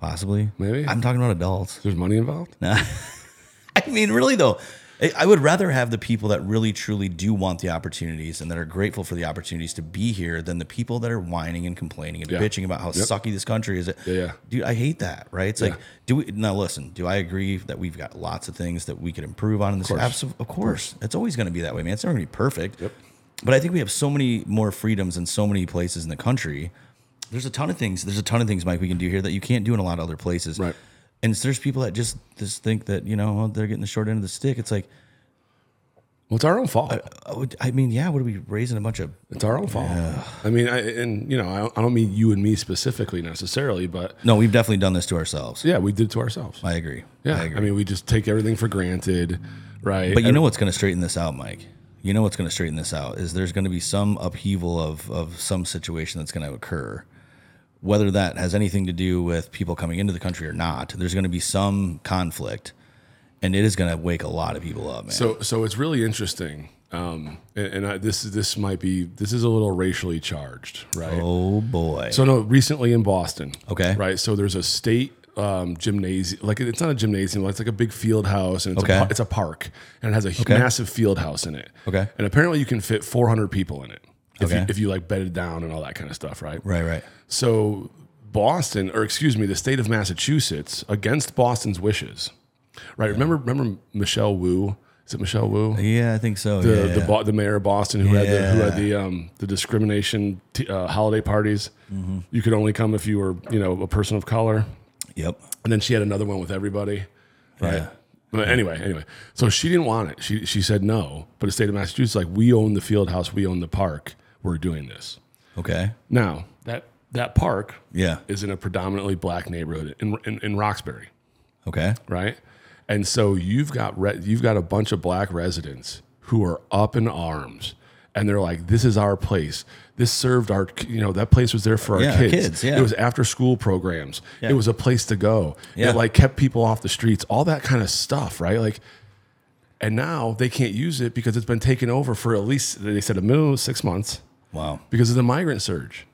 Speaker 1: Possibly.
Speaker 2: Maybe.
Speaker 1: I'm talking about adults.
Speaker 2: there's money involved.
Speaker 1: [laughs] I mean, really though, I- I would rather have the people that really truly do want the opportunities and that are grateful for the opportunities to be here than the people that are whining and complaining and
Speaker 2: Yeah.
Speaker 1: bitching about how sucky this country is.
Speaker 2: Yeah, yeah.
Speaker 1: Dude, I hate that, right? It's like, do we now listen, do I agree that we've got lots of things that we could improve on in this? Absolutely, of course. It's always gonna be that way, man. It's never gonna be perfect. Yep. But I think we have so many more freedoms in so many places in the country. There's a ton of things. There's a ton of things, Mike, we can do here that you can't do in a lot of other places.
Speaker 2: Right.
Speaker 1: And there's people that just just think that you know they're getting the short end of the stick. It's like,
Speaker 2: Well, it's our own fault.
Speaker 1: I would- I mean, yeah, what are we raising a bunch of?
Speaker 2: It's our own fault. I mean, I, and you know, I don't, I don't mean you and me specifically necessarily, but
Speaker 1: No, we've definitely done this to ourselves.
Speaker 2: yeah, we did it to ourselves.
Speaker 1: I agree.
Speaker 2: yeah,
Speaker 1: I
Speaker 2: I,
Speaker 1: agree.
Speaker 2: mean, we just take everything for granted, right?
Speaker 1: But you know what's going to straighten this out, Mike? You know what's going to straighten this out is there's going to be some upheaval of of some situation that's going to occur. Whether that has anything to do with people coming into the country or not, there's going to be some conflict, and it is going to wake a lot of people up, man.
Speaker 2: So, so it's really interesting. Um, and, and I, this this might be this is a little racially charged, right?
Speaker 1: oh boy.
Speaker 2: So no, recently in Boston,
Speaker 1: Okay.
Speaker 2: right? So there's a state um, gymnasium, like it's not a gymnasium, it's like a big field house, and it's,
Speaker 1: Okay.
Speaker 2: a, par- it's a park, and it has a hu- massive field house in it.
Speaker 1: Okay.
Speaker 2: and apparently you can fit 400 people in it if,
Speaker 1: Okay.
Speaker 2: you, if you like bed it down and all that kind of stuff, right?
Speaker 1: right, right.
Speaker 2: So Boston, or excuse me, the state of Massachusetts, against Boston's wishes, right? Remember, remember Michelle Wu? Is it Michelle Wu?
Speaker 1: Yeah, I think so.
Speaker 2: the,
Speaker 1: yeah,
Speaker 2: the,
Speaker 1: yeah.
Speaker 2: Bo- the mayor of Boston who had the, who had
Speaker 1: Yeah.
Speaker 2: the um, the discrimination t- uh, holiday parties.
Speaker 1: Mm-hmm.
Speaker 2: You could only come if you were you know a person of color.
Speaker 1: yep.
Speaker 2: And then she had another one with everybody. Right.
Speaker 1: Yeah.
Speaker 2: But anyway, anyway, so she didn't want it. She she said no. But the state of Massachusetts, like we own the field house, we own the park. We're doing this
Speaker 1: Okay.
Speaker 2: now. That that park
Speaker 1: Yeah.
Speaker 2: is in a predominantly black neighborhood in in, in Roxbury
Speaker 1: Okay.
Speaker 2: right? And so you've got re- you've got a bunch of black residents who are up in arms, and they're like, "This is our place. This served our, you know, that place was there for our
Speaker 1: Yeah, our
Speaker 2: kids.
Speaker 1: kids, yeah.
Speaker 2: It was after school programs. It was a place to go.
Speaker 1: Yeah.
Speaker 2: It like kept people off the streets. All that kind of stuff, right? Like." And now they can't use it because it's been taken over for at least they said a minimum of six months
Speaker 1: Wow.
Speaker 2: because of the migrant surge.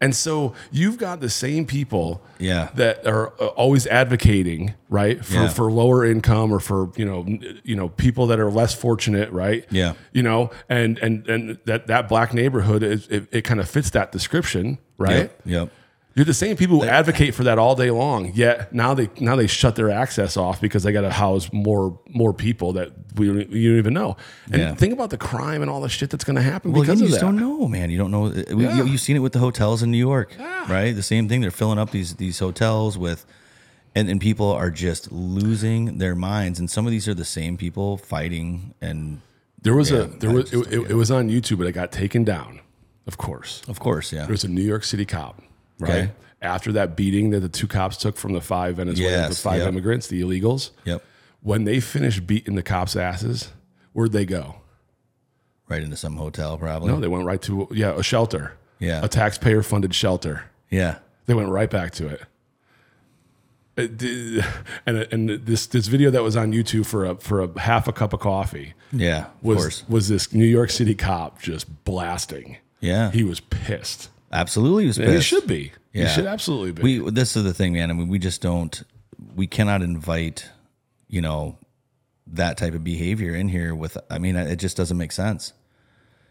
Speaker 2: And so you've got the same people
Speaker 1: Yeah.
Speaker 2: that are uh, always advocating, right, for,
Speaker 1: Yeah.
Speaker 2: for lower income or for, you know, n- you know, people that are less fortunate, right?
Speaker 1: Yeah.
Speaker 2: You know, and and and that that black neighborhood is it, it kind of fits that description, right?
Speaker 1: Yep. Yep.
Speaker 2: You're the same people who advocate for that all day long. Yet now they now they shut their access off because they got to house more more people that we don't- you don't even know. And
Speaker 1: Yeah.
Speaker 2: think about the crime and all the shit that's going to happen
Speaker 1: Well,
Speaker 2: because
Speaker 1: you
Speaker 2: of
Speaker 1: just
Speaker 2: that.
Speaker 1: don't know, man. You don't know. Uh, We, you, you've seen it with the hotels in New York, right? The same thing. They're filling up these these hotels with, and and people are just losing their minds. And some of these are the same people fighting. And
Speaker 2: There was a there was it, it, it was on YouTube, but it got taken down. Of course,
Speaker 1: of course, yeah,
Speaker 2: there was a New York City cop, right?
Speaker 1: Okay.
Speaker 2: After that beating that the two cops took from the five
Speaker 1: Yes,
Speaker 2: Venezuelans, the five
Speaker 1: yep.
Speaker 2: immigrants, the illegals,
Speaker 1: yep,
Speaker 2: when they finished beating the cops' asses, where'd they go?
Speaker 1: right into some hotel probably.
Speaker 2: No, they went right to yeah a shelter,
Speaker 1: Yeah.
Speaker 2: a taxpayer funded shelter.
Speaker 1: yeah,
Speaker 2: They went right back to it. It did- And and this this video that was on YouTube for a for a half a cup of coffee
Speaker 1: yeah, of course,
Speaker 2: was was this New York City cop just blasting.
Speaker 1: yeah,
Speaker 2: He was pissed.
Speaker 1: absolutely. Was
Speaker 2: And he
Speaker 1: pissed.
Speaker 2: should be.
Speaker 1: Yeah.
Speaker 2: He should absolutely be.
Speaker 1: we this is the thing man i mean we just don't we cannot invite you know that type of behavior in here with i mean it just doesn't make sense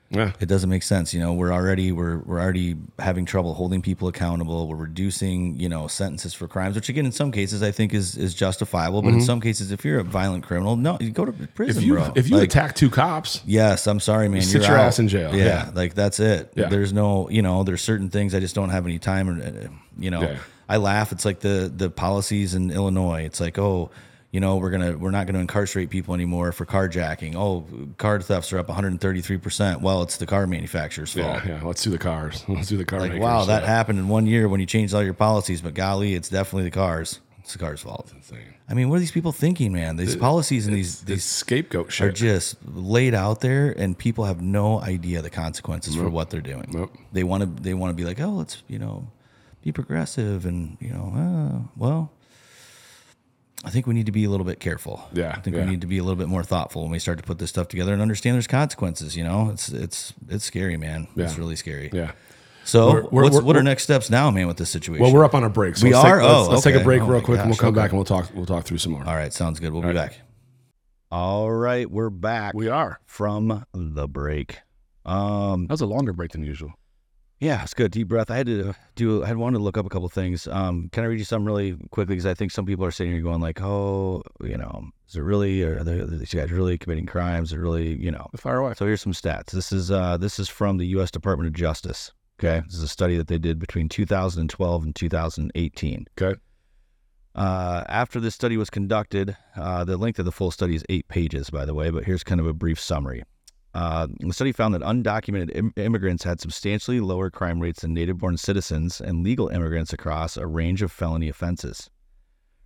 Speaker 2: Yeah.
Speaker 1: it doesn't make sense you know we're already we're we're already having trouble holding people accountable we're reducing you know sentences for crimes which again in some cases i think is is justifiable but in some cases if you're a violent criminal no you go to prison
Speaker 2: Mm-hmm. if you
Speaker 1: bro
Speaker 2: if you
Speaker 1: Like,
Speaker 2: attack two cops,
Speaker 1: Yes, I'm sorry, man.
Speaker 2: sit
Speaker 1: You're
Speaker 2: your
Speaker 1: out.
Speaker 2: ass in jail.
Speaker 1: Yeah,
Speaker 2: Yeah.
Speaker 1: like that's it.
Speaker 2: Yeah.
Speaker 1: There's no, you know, there's certain things I just don't have any time. Or, uh, you know,
Speaker 2: Yeah.
Speaker 1: I laugh. It's like the the policies in Illinois. It's like, oh, you know, we're gonna we're not gonna incarcerate people anymore for carjacking. Oh, car thefts are up 133. percent Well, it's the car manufacturer's fault.
Speaker 2: oh, [laughs] yeah, yeah, let's do the cars. Let's do the car.
Speaker 1: Like,
Speaker 2: makers.
Speaker 1: wow, that
Speaker 2: Yeah.
Speaker 1: happened in one year when you changed all your policies. But golly, it's definitely the cars. It's the car's fault.
Speaker 2: Insane.
Speaker 1: I mean, what are these people thinking, man? These policies and these
Speaker 2: This
Speaker 1: these
Speaker 2: scapegoat
Speaker 1: are
Speaker 2: shit.
Speaker 1: just laid out there and people have no idea the consequences for what they're doing.
Speaker 2: Nope.
Speaker 1: They want to they want to be like, "Oh, let's, you know, be progressive and, you know, uh, well, I think we need to be a little bit careful.
Speaker 2: Yeah,
Speaker 1: I think
Speaker 2: yeah.
Speaker 1: we need to be a little bit more thoughtful when we start to put this stuff together and understand there's consequences, you know? It's it's it's scary, man. It's
Speaker 2: Yeah.
Speaker 1: really scary.
Speaker 2: yeah.
Speaker 1: So,
Speaker 2: We're- we're-
Speaker 1: what's,
Speaker 2: we're-
Speaker 1: what are next steps now, man, with this situation?
Speaker 2: Well, we're up on a break. So
Speaker 1: We
Speaker 2: let's
Speaker 1: are?
Speaker 2: Take, let's
Speaker 1: Oh,
Speaker 2: let's take
Speaker 1: okay.
Speaker 2: a break
Speaker 1: Oh my
Speaker 2: real quick, and we'll
Speaker 1: gosh,
Speaker 2: come
Speaker 1: okay.
Speaker 2: back and we'll talk. We'll talk through some more.
Speaker 1: All right, sounds good. We'll be back. All right, we're back
Speaker 2: We are.
Speaker 1: from the break. Um,
Speaker 2: That was a longer break than usual.
Speaker 1: yeah, it's good. Deep breath. I had to do. I wanted to look up a couple things. Um, can I read you some really quickly? Because I think some people are sitting here going like, "Oh, you know, is it really? Are, they, are these guys really committing crimes? Are really, you know?"
Speaker 2: Fire away.
Speaker 1: So here's some stats. This is uh, this is from the U.S. Department of Justice. Okay, this is a study that they did between 2012 and 2018.
Speaker 2: Okay.
Speaker 1: Uh, after this study was conducted, uh, the length of the full study is eight pages, by the way, but here's kind of a brief summary. Uh, the study found that undocumented Im- immigrants had substantially lower crime rates than native born citizens and legal immigrants across a range of felony offenses.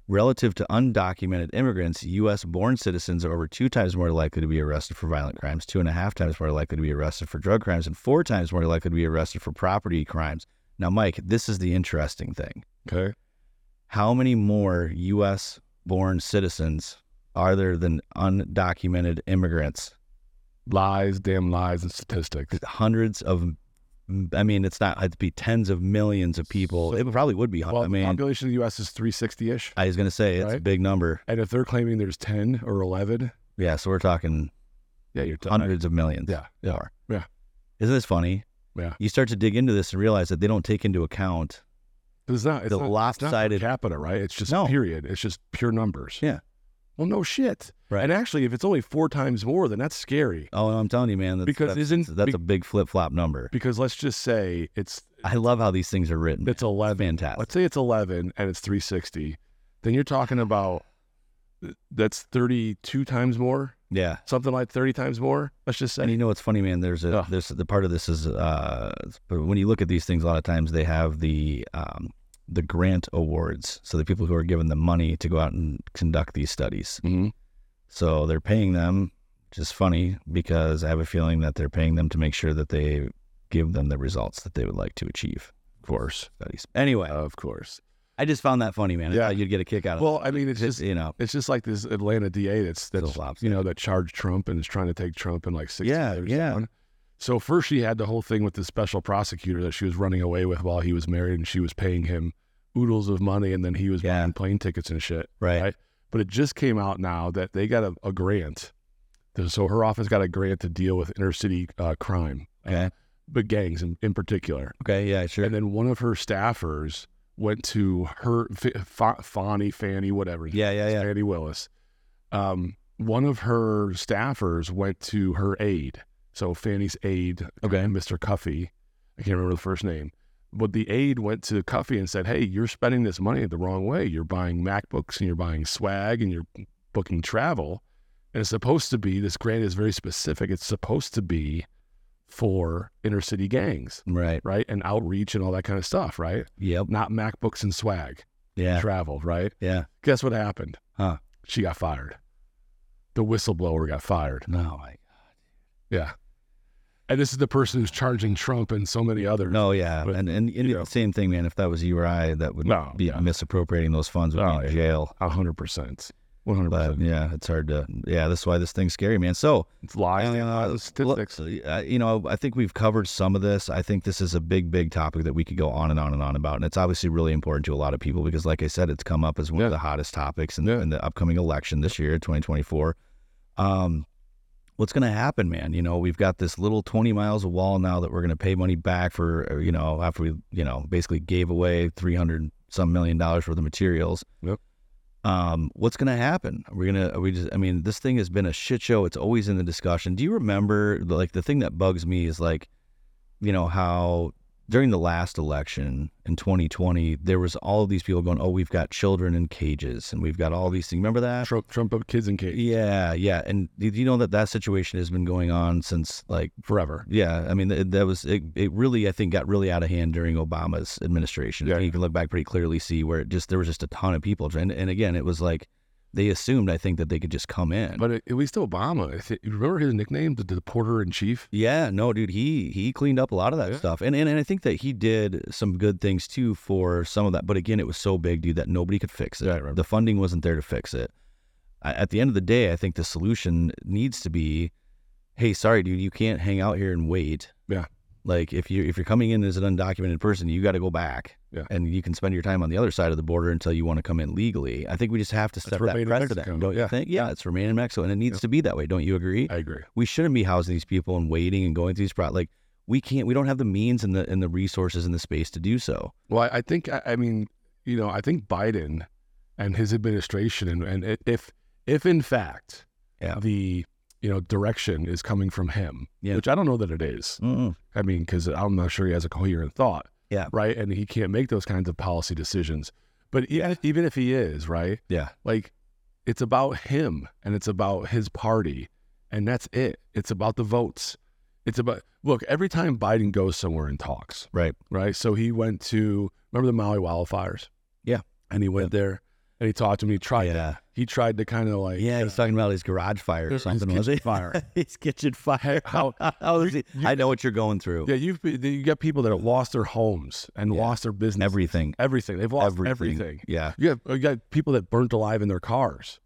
Speaker 1: Relative to undocumented immigrants, U.S. born citizens are over two times more likely to be arrested for violent crimes, two and a half times more likely to be arrested for drug crimes, and four times more likely to be arrested for property crimes. Now, Mike, this is the interesting thing
Speaker 2: Okay.
Speaker 1: how many more U.S. born citizens are there than undocumented immigrants?
Speaker 2: Lies, damn lies, and
Speaker 1: Uh,
Speaker 2: statistics.
Speaker 1: Hundreds of, I mean, it's not, it'd be tens of millions of people. it probably would be. hun-
Speaker 2: Well,
Speaker 1: I
Speaker 2: the
Speaker 1: mean,
Speaker 2: population of the U.S. is 360 ish.
Speaker 1: I was going to say it's a
Speaker 2: Right.
Speaker 1: big number.
Speaker 2: And if they're claiming there's 10 or 11,
Speaker 1: Yeah. So we're talking
Speaker 2: yeah, you're done.
Speaker 1: hundreds of millions.
Speaker 2: Yeah. Yeah.
Speaker 1: Are.
Speaker 2: Yeah.
Speaker 1: Isn't this funny?
Speaker 2: Yeah.
Speaker 1: You start to dig into this and realize that they don't take into account.
Speaker 2: 'Cause It's not, it's
Speaker 1: The
Speaker 2: not,
Speaker 1: lopsided-
Speaker 2: it's not per capita, right? It's just
Speaker 1: No.
Speaker 2: period. It's just pure numbers.
Speaker 1: Yeah.
Speaker 2: Well, no shit.
Speaker 1: Right.
Speaker 2: And actually, if it's only four times more, then that's scary.
Speaker 1: Oh, I'm telling you, man. That's,
Speaker 2: Because
Speaker 1: that's,
Speaker 2: isn't-
Speaker 1: that's
Speaker 2: be-
Speaker 1: a big flip flop number.
Speaker 2: Because let's just say it's
Speaker 1: I love how these things are written.
Speaker 2: it's 11.
Speaker 1: fantastic.
Speaker 2: Let's say it's 11 and it's 360. Then you're talking about that's 32 times more,
Speaker 1: yeah.
Speaker 2: something like 30 times more. Let's just say.
Speaker 1: And you know what's funny, man? There's a
Speaker 2: Ugh.
Speaker 1: there's the part of this is uh, when you look at these things, a lot of times they have the um, the grant awards, so the people who are given the money to go out and conduct these studies.
Speaker 2: Mhm.
Speaker 1: So they're paying them, which is funny because I have a feeling that they're paying them to make sure that they give them the results that they would like to achieve. Of course, studies. Anyway,
Speaker 2: Of course.
Speaker 1: I just found that funny, man. I
Speaker 2: Uh, yeah.
Speaker 1: thought you'd get a kick out of
Speaker 2: Well, I mean, it's
Speaker 1: Uh, it.
Speaker 2: just
Speaker 1: You know,
Speaker 2: it's just like this Atlanta DA that's
Speaker 1: It's a
Speaker 2: that's
Speaker 1: lobster.
Speaker 2: you know that charged Trump and is trying to take Trump and like six
Speaker 1: Yeah,
Speaker 2: others
Speaker 1: yeah.
Speaker 2: down. So first she had the whole thing with the special prosecutor that she was running away with while he was married and she was paying him oodles of money and then he was
Speaker 1: Yeah.
Speaker 2: buying plane tickets and shit.
Speaker 1: right?
Speaker 2: Right. But it just came out now that they got a, a grant. So her office got a grant to deal with inner city uh, crime,
Speaker 1: Okay,
Speaker 2: but gangs in, in particular.
Speaker 1: okay, yeah, sure.
Speaker 2: And then one of her staffers went to her F- Fanny, Fanny, whatever.
Speaker 1: Yeah, yeah, yeah.
Speaker 2: Fannie Willis. Um, one of her staffers went to her aide. So Fanny's aide,
Speaker 1: Okay.
Speaker 2: Mr. Cuffy, I can't remember the first name, but the aide went to Cuffy and said, "Hey, you're spending this money the wrong way. You're buying MacBooks and you're buying swag and you're booking travel, and it's supposed to be this grant is very specific. It's supposed to be for inner city gangs,
Speaker 1: Right.
Speaker 2: right, and outreach and all that kind of stuff, right?
Speaker 1: Yep.
Speaker 2: Not MacBooks and swag,
Speaker 1: Yeah.
Speaker 2: travel, right?
Speaker 1: Yeah.
Speaker 2: Guess what happened?
Speaker 1: Huh.
Speaker 2: She got fired. The whistleblower got fired.
Speaker 1: No, I
Speaker 2: Yeah. And this is the person who's charging Trump and so many others.
Speaker 1: No, yeah,
Speaker 2: But,
Speaker 1: and and, and
Speaker 2: you know.
Speaker 1: same thing, man. If that was you or I, that would
Speaker 2: No,
Speaker 1: be
Speaker 2: yeah.
Speaker 1: misappropriating those funds would
Speaker 2: Oh,
Speaker 1: be in
Speaker 2: yeah.
Speaker 1: jail.
Speaker 2: 100%. 100%.
Speaker 1: But yeah, it's hard to. Yeah, that's why this thing's scary, man. So,
Speaker 2: it's lies.
Speaker 1: uh,
Speaker 2: lies,
Speaker 1: look,
Speaker 2: statistics.
Speaker 1: so, uh, you know, I think we've covered some of this. I think this is a big, big topic that we could go on and on and on about, and it's obviously really important to a lot of people because, like I said, it's come up as one of
Speaker 2: Yeah.
Speaker 1: the hottest topics in,
Speaker 2: Yeah.
Speaker 1: in the upcoming election this year, 2024. Um, what's going to happen, man? You know, we've got this little 20 miles of wall now that we're going to pay money back for, uh, you know, after we, you know, basically gave away 300 some million dollars worth of materials.
Speaker 2: Yep.
Speaker 1: Um, what's going to happen? Are we going to, are we just, I mean, this thing has been a shit show. It's always in the discussion. Do you remember, like, the thing that bugs me is like, you know, how during the last election in 2020, there was all of these people going, oh, we've got children in cages and we've got all these things. Remember that?
Speaker 2: Trump, Trump of kids and kids
Speaker 1: Yeah, yeah. And did you know that that situation has been going on since like
Speaker 2: forever.
Speaker 1: yeah, I mean th- that was it, it really I think got really out of hand during Obama's administration. I
Speaker 2: Yeah.
Speaker 1: think you can look back pretty clearly see where it just there was just a ton of people and and again it was like they assumed I think that they could just come in.
Speaker 2: But at least Obama, I thi- you remember his nickname, the, the Porter in Chief?
Speaker 1: Yeah, no, dude, he he cleaned up a lot of that
Speaker 2: Yeah.
Speaker 1: stuff, and, and and I think that he did some good things too for some of that. But again, it was so big, dude, that nobody could fix it.
Speaker 2: Yeah, I remember.
Speaker 1: the funding wasn't there to fix it. I, at the end of the day, I think the solution needs to be, hey, sorry, dude, you can't hang out here and wait.
Speaker 2: Yeah.
Speaker 1: Like if you if you're coming in as an undocumented person, you got to go back,
Speaker 2: Yeah.
Speaker 1: and you can spend your time on the other side of the border until you want to come in legally. I think we just have to set
Speaker 2: remain
Speaker 1: that
Speaker 2: in
Speaker 1: precedent,
Speaker 2: Mexico.
Speaker 1: don't
Speaker 2: Yeah.
Speaker 1: you think? Yeah, it's remain in Mexico, and it needs to be that way. Don't you agree?
Speaker 2: I agree.
Speaker 1: we shouldn't be housing these people and waiting and going through these pro like we can't we don't have the means and the and the resources and the space to do so
Speaker 2: Well, I, I think I, I mean, you know, I think Biden and his administration, and, and i- if if in fact
Speaker 1: Yeah.
Speaker 2: the you know direction is coming from him,
Speaker 1: Yeah.
Speaker 2: which I don't know that it is.
Speaker 1: Mm-mm.
Speaker 2: I mean, because I'm not sure he has a coherent thought.
Speaker 1: Yeah.
Speaker 2: Right. And he can't make those kinds of policy decisions. But yeah, even if he is right,
Speaker 1: yeah
Speaker 2: like it's about him and it's about his party, and that's it. It's about the votes. It's about look. Every time Biden goes somewhere and talks,
Speaker 1: right
Speaker 2: right? So he went to remember the Maui wildfires.
Speaker 1: Yeah.
Speaker 2: and he went there and he talked to me. He tried. it.
Speaker 1: yeah
Speaker 2: He tried to kind of like
Speaker 1: yeah he's talking about his garage fire or
Speaker 2: His
Speaker 1: something was
Speaker 2: kitchen
Speaker 1: it
Speaker 2: fire.
Speaker 1: [laughs] his kitchen fire
Speaker 2: [laughs] How-
Speaker 1: [laughs] How
Speaker 2: [laughs]
Speaker 1: is he-
Speaker 2: you-
Speaker 1: i know what you're going through
Speaker 2: yeah. You've been- you got people that have lost their homes and
Speaker 1: Yeah.
Speaker 2: lost their business,
Speaker 1: everything
Speaker 2: everything. They've lost everything.
Speaker 1: yeah
Speaker 2: You have you got people that burnt alive in their cars,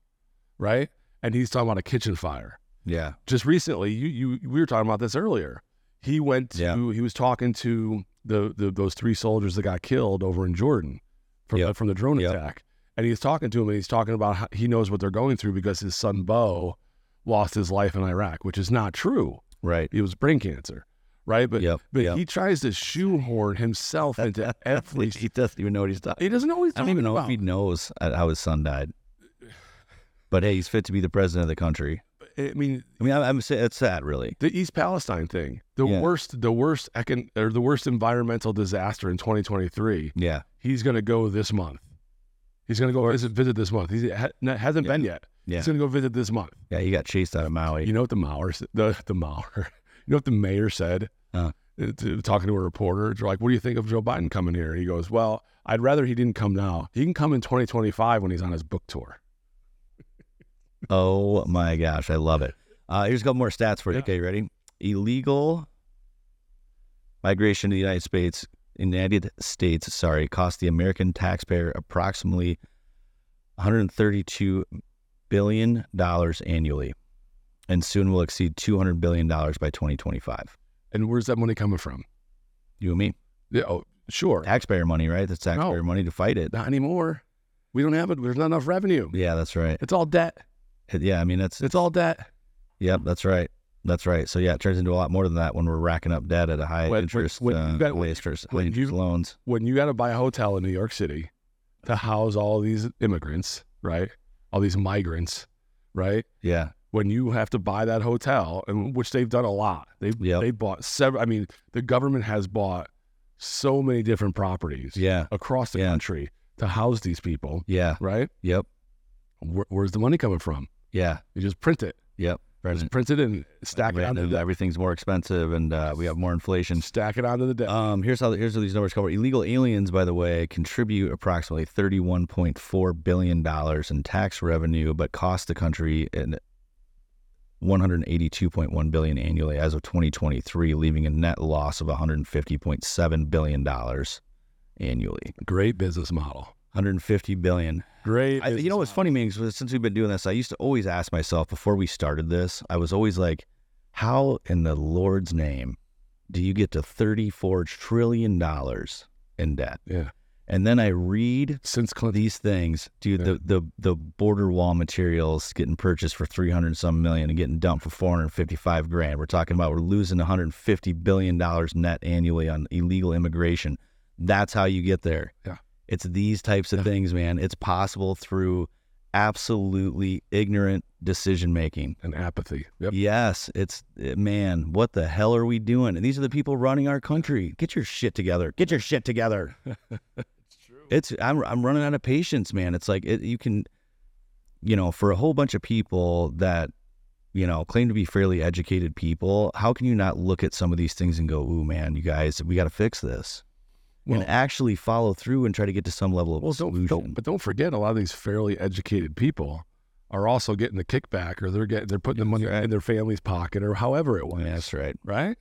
Speaker 2: right? And he's talking about a kitchen fire.
Speaker 1: yeah
Speaker 2: Just recently, you you we were talking about this earlier. He went to
Speaker 1: Yeah.
Speaker 2: he was talking to the, the those three soldiers that got killed over in Jordan from
Speaker 1: Yep.
Speaker 2: from the drone
Speaker 1: Yep.
Speaker 2: attack. And he's talking to him and he's talking about how he knows what they're going through because his son Bo lost his life in Iraq, which is not true.
Speaker 1: right
Speaker 2: It was brain cancer, right? But
Speaker 1: Yep,
Speaker 2: but
Speaker 1: yep.
Speaker 2: he tries to shoehorn himself into every.
Speaker 1: he doesn't even know what he's talking
Speaker 2: He doesn't know what he's
Speaker 1: i don't even know
Speaker 2: talking
Speaker 1: if he knows uh, how his son died but hey he's fit to be the president of the country
Speaker 2: about. I mean,
Speaker 1: i mean i'm, I'm sa- it's sad really
Speaker 2: the East Palestine thing, the
Speaker 1: Yeah.
Speaker 2: worst, the worst econ, or the worst environmental disaster in 2023.
Speaker 1: yeah
Speaker 2: He's going to go this month. He's going to go visit, visit this month. He ha- no, hasn't been yet.
Speaker 1: yeah
Speaker 2: He's going to go visit this month.
Speaker 1: yeah he got chased out of maui
Speaker 2: You know what the Maurer, s- the the Maurer, [laughs] you know what the mayor said,
Speaker 1: Huh.
Speaker 2: Uh, to- talking to a reporter. They're like, "What do you think of Joe Biden coming here?" And he goes, "Well, I'd rather he didn't come now. He can come in 2025 when he's on his book tour."
Speaker 1: Oh my gosh, I love it. Uh, here's a couple more stats for you.
Speaker 2: Yeah.
Speaker 1: Okay, you ready? Illegal migration to the United States, United States, sorry, cost the American taxpayer approximately 132 billion dollars annually, and soon will exceed 200 billion dollars by 2025.
Speaker 2: And where's that money coming from?
Speaker 1: You and me,
Speaker 2: Yeah, oh, sure,
Speaker 1: taxpayer money, right? That's taxpayer money to fight it.
Speaker 2: not anymore. We don't have it. There's not enough revenue.
Speaker 1: Yeah, that's right.
Speaker 2: It's all debt.
Speaker 1: Yeah, I mean that's
Speaker 2: It's all debt.
Speaker 1: Yep, that's right. That's right. So yeah, it turns into a lot more than that when we're racking up debt at a high
Speaker 2: When- when-
Speaker 1: interest,
Speaker 2: when
Speaker 1: uh,
Speaker 2: you got-
Speaker 1: high
Speaker 2: when you-
Speaker 1: interest, high
Speaker 2: when
Speaker 1: interest
Speaker 2: you-
Speaker 1: loans.
Speaker 2: When you got to buy a hotel in New York City to house all these immigrants, right? All these migrants, right?
Speaker 1: Yeah,
Speaker 2: when you have to buy that hotel, and which they've done a lot. They
Speaker 1: Yep.
Speaker 2: have they bought several. I mean, the government has bought so many different properties
Speaker 1: yeah,
Speaker 2: across the
Speaker 1: Yeah.
Speaker 2: country to house these people.
Speaker 1: yeah.
Speaker 2: Right?
Speaker 1: Yep,
Speaker 2: Where, where's the money coming from?
Speaker 1: yeah,
Speaker 2: You just print it,
Speaker 1: yep.
Speaker 2: just print it, and stack it onto
Speaker 1: Random,
Speaker 2: the debt.
Speaker 1: everything's more expensive, and uh, we have more inflation.
Speaker 2: Stack it onto the debt.
Speaker 1: Um, here's how here's how these numbers cover. Illegal aliens, by the way, contribute approximately 31.4 billion dollars in tax revenue, but cost the country an 182.1 billion annually as of 2023, leaving a net loss of 150.7 billion dollars annually.
Speaker 2: Great business model.
Speaker 1: 150 billion.
Speaker 2: Great.
Speaker 1: I, you know what's funny, man? is Since we've been doing this, I used to always ask myself before we started this. I was always like, "How in the Lord's name do you get to 34 trillion dollars in debt?"
Speaker 2: Yeah.
Speaker 1: And then I read
Speaker 2: Since Clinton,
Speaker 1: these things, dude. The the the border wall materials getting purchased for 300 and some million and getting dumped for 455 grand. We're talking about we're losing 150 billion dollars net annually on illegal immigration. That's how you get there.
Speaker 2: Yeah.
Speaker 1: It's these types of
Speaker 2: Yeah.
Speaker 1: things, man. It's possible through absolutely ignorant decision making.
Speaker 2: and apathy. Yep.
Speaker 1: Yes, it's eh, man, what the hell are we doing? And these are the people running our country. Get your shit together. Get your shit
Speaker 2: [laughs]
Speaker 1: together. it's I'm I'm running out of patience, man. It's like it, you can you know, for a whole bunch of people that you know, claim to be fairly educated people, how can you not look at some of these things and go, "Ooh, man, you guys, we got to fix this."
Speaker 2: Well-
Speaker 1: and actually follow through and try to get to some level of
Speaker 2: Well, don't,
Speaker 1: solution.
Speaker 2: don't but don't forget a lot of these fairly educated people are also getting the kickback or they're getting they're putting the money
Speaker 1: right.
Speaker 2: in their family's pocket or however it was.
Speaker 1: Yeah, that's right.
Speaker 2: Right?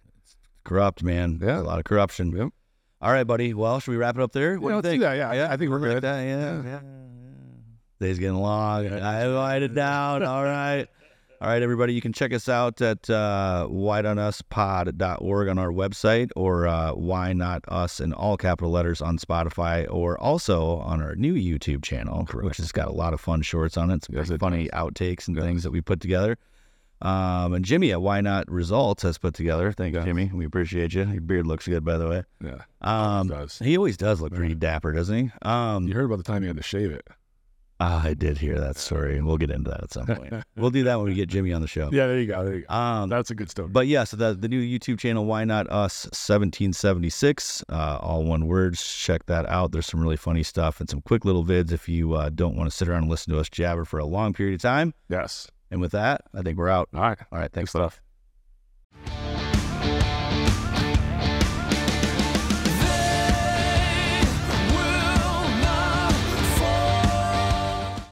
Speaker 1: Corrupt, man.
Speaker 2: Yeah.
Speaker 1: A lot of corruption.
Speaker 2: Yep.
Speaker 1: All right, buddy. Well, should we wrap it up there? What do
Speaker 2: Yeah,
Speaker 1: you
Speaker 2: let's do
Speaker 1: think?
Speaker 2: that. Yeah, I- I think we're
Speaker 1: Like
Speaker 2: good.
Speaker 1: that, yeah. yeah. Days getting long. I light it down. All right. All right, everybody, you can check us out at uh, whynotuspod.org on our website or uh, why not us in all capital letters on Spotify or also on our new YouTube channel, which has got a lot of fun shorts on it. Some pretty funny outtakes and things that we put together. Um, and Jimmy at Why Not Results has put together. Thank you, Jimmy. We appreciate you. Your beard looks good, by the way.
Speaker 2: Yeah.
Speaker 1: Um,
Speaker 3: does.
Speaker 1: He always does look pretty dapper, doesn't he? Um,
Speaker 2: You heard about the time you had to shave it.
Speaker 1: Ah, I did hear that story, and we'll get into that at some
Speaker 2: [laughs]
Speaker 1: point. we'll do that when we get Jimmy on the show.
Speaker 2: Yeah, there you go. There you go.
Speaker 1: Um,
Speaker 2: That's a good story.
Speaker 1: but yeah, so the, the new YouTube channel, Why Not Us 1776, uh, all one word. Check that out. There's some really funny stuff and some quick little vids if you uh, don't want to sit around and listen to us jabber for a long period of time.
Speaker 2: yes.
Speaker 1: And with that, I think we're out.
Speaker 2: All right.
Speaker 1: All right, thanks.
Speaker 2: Thanks, stuff.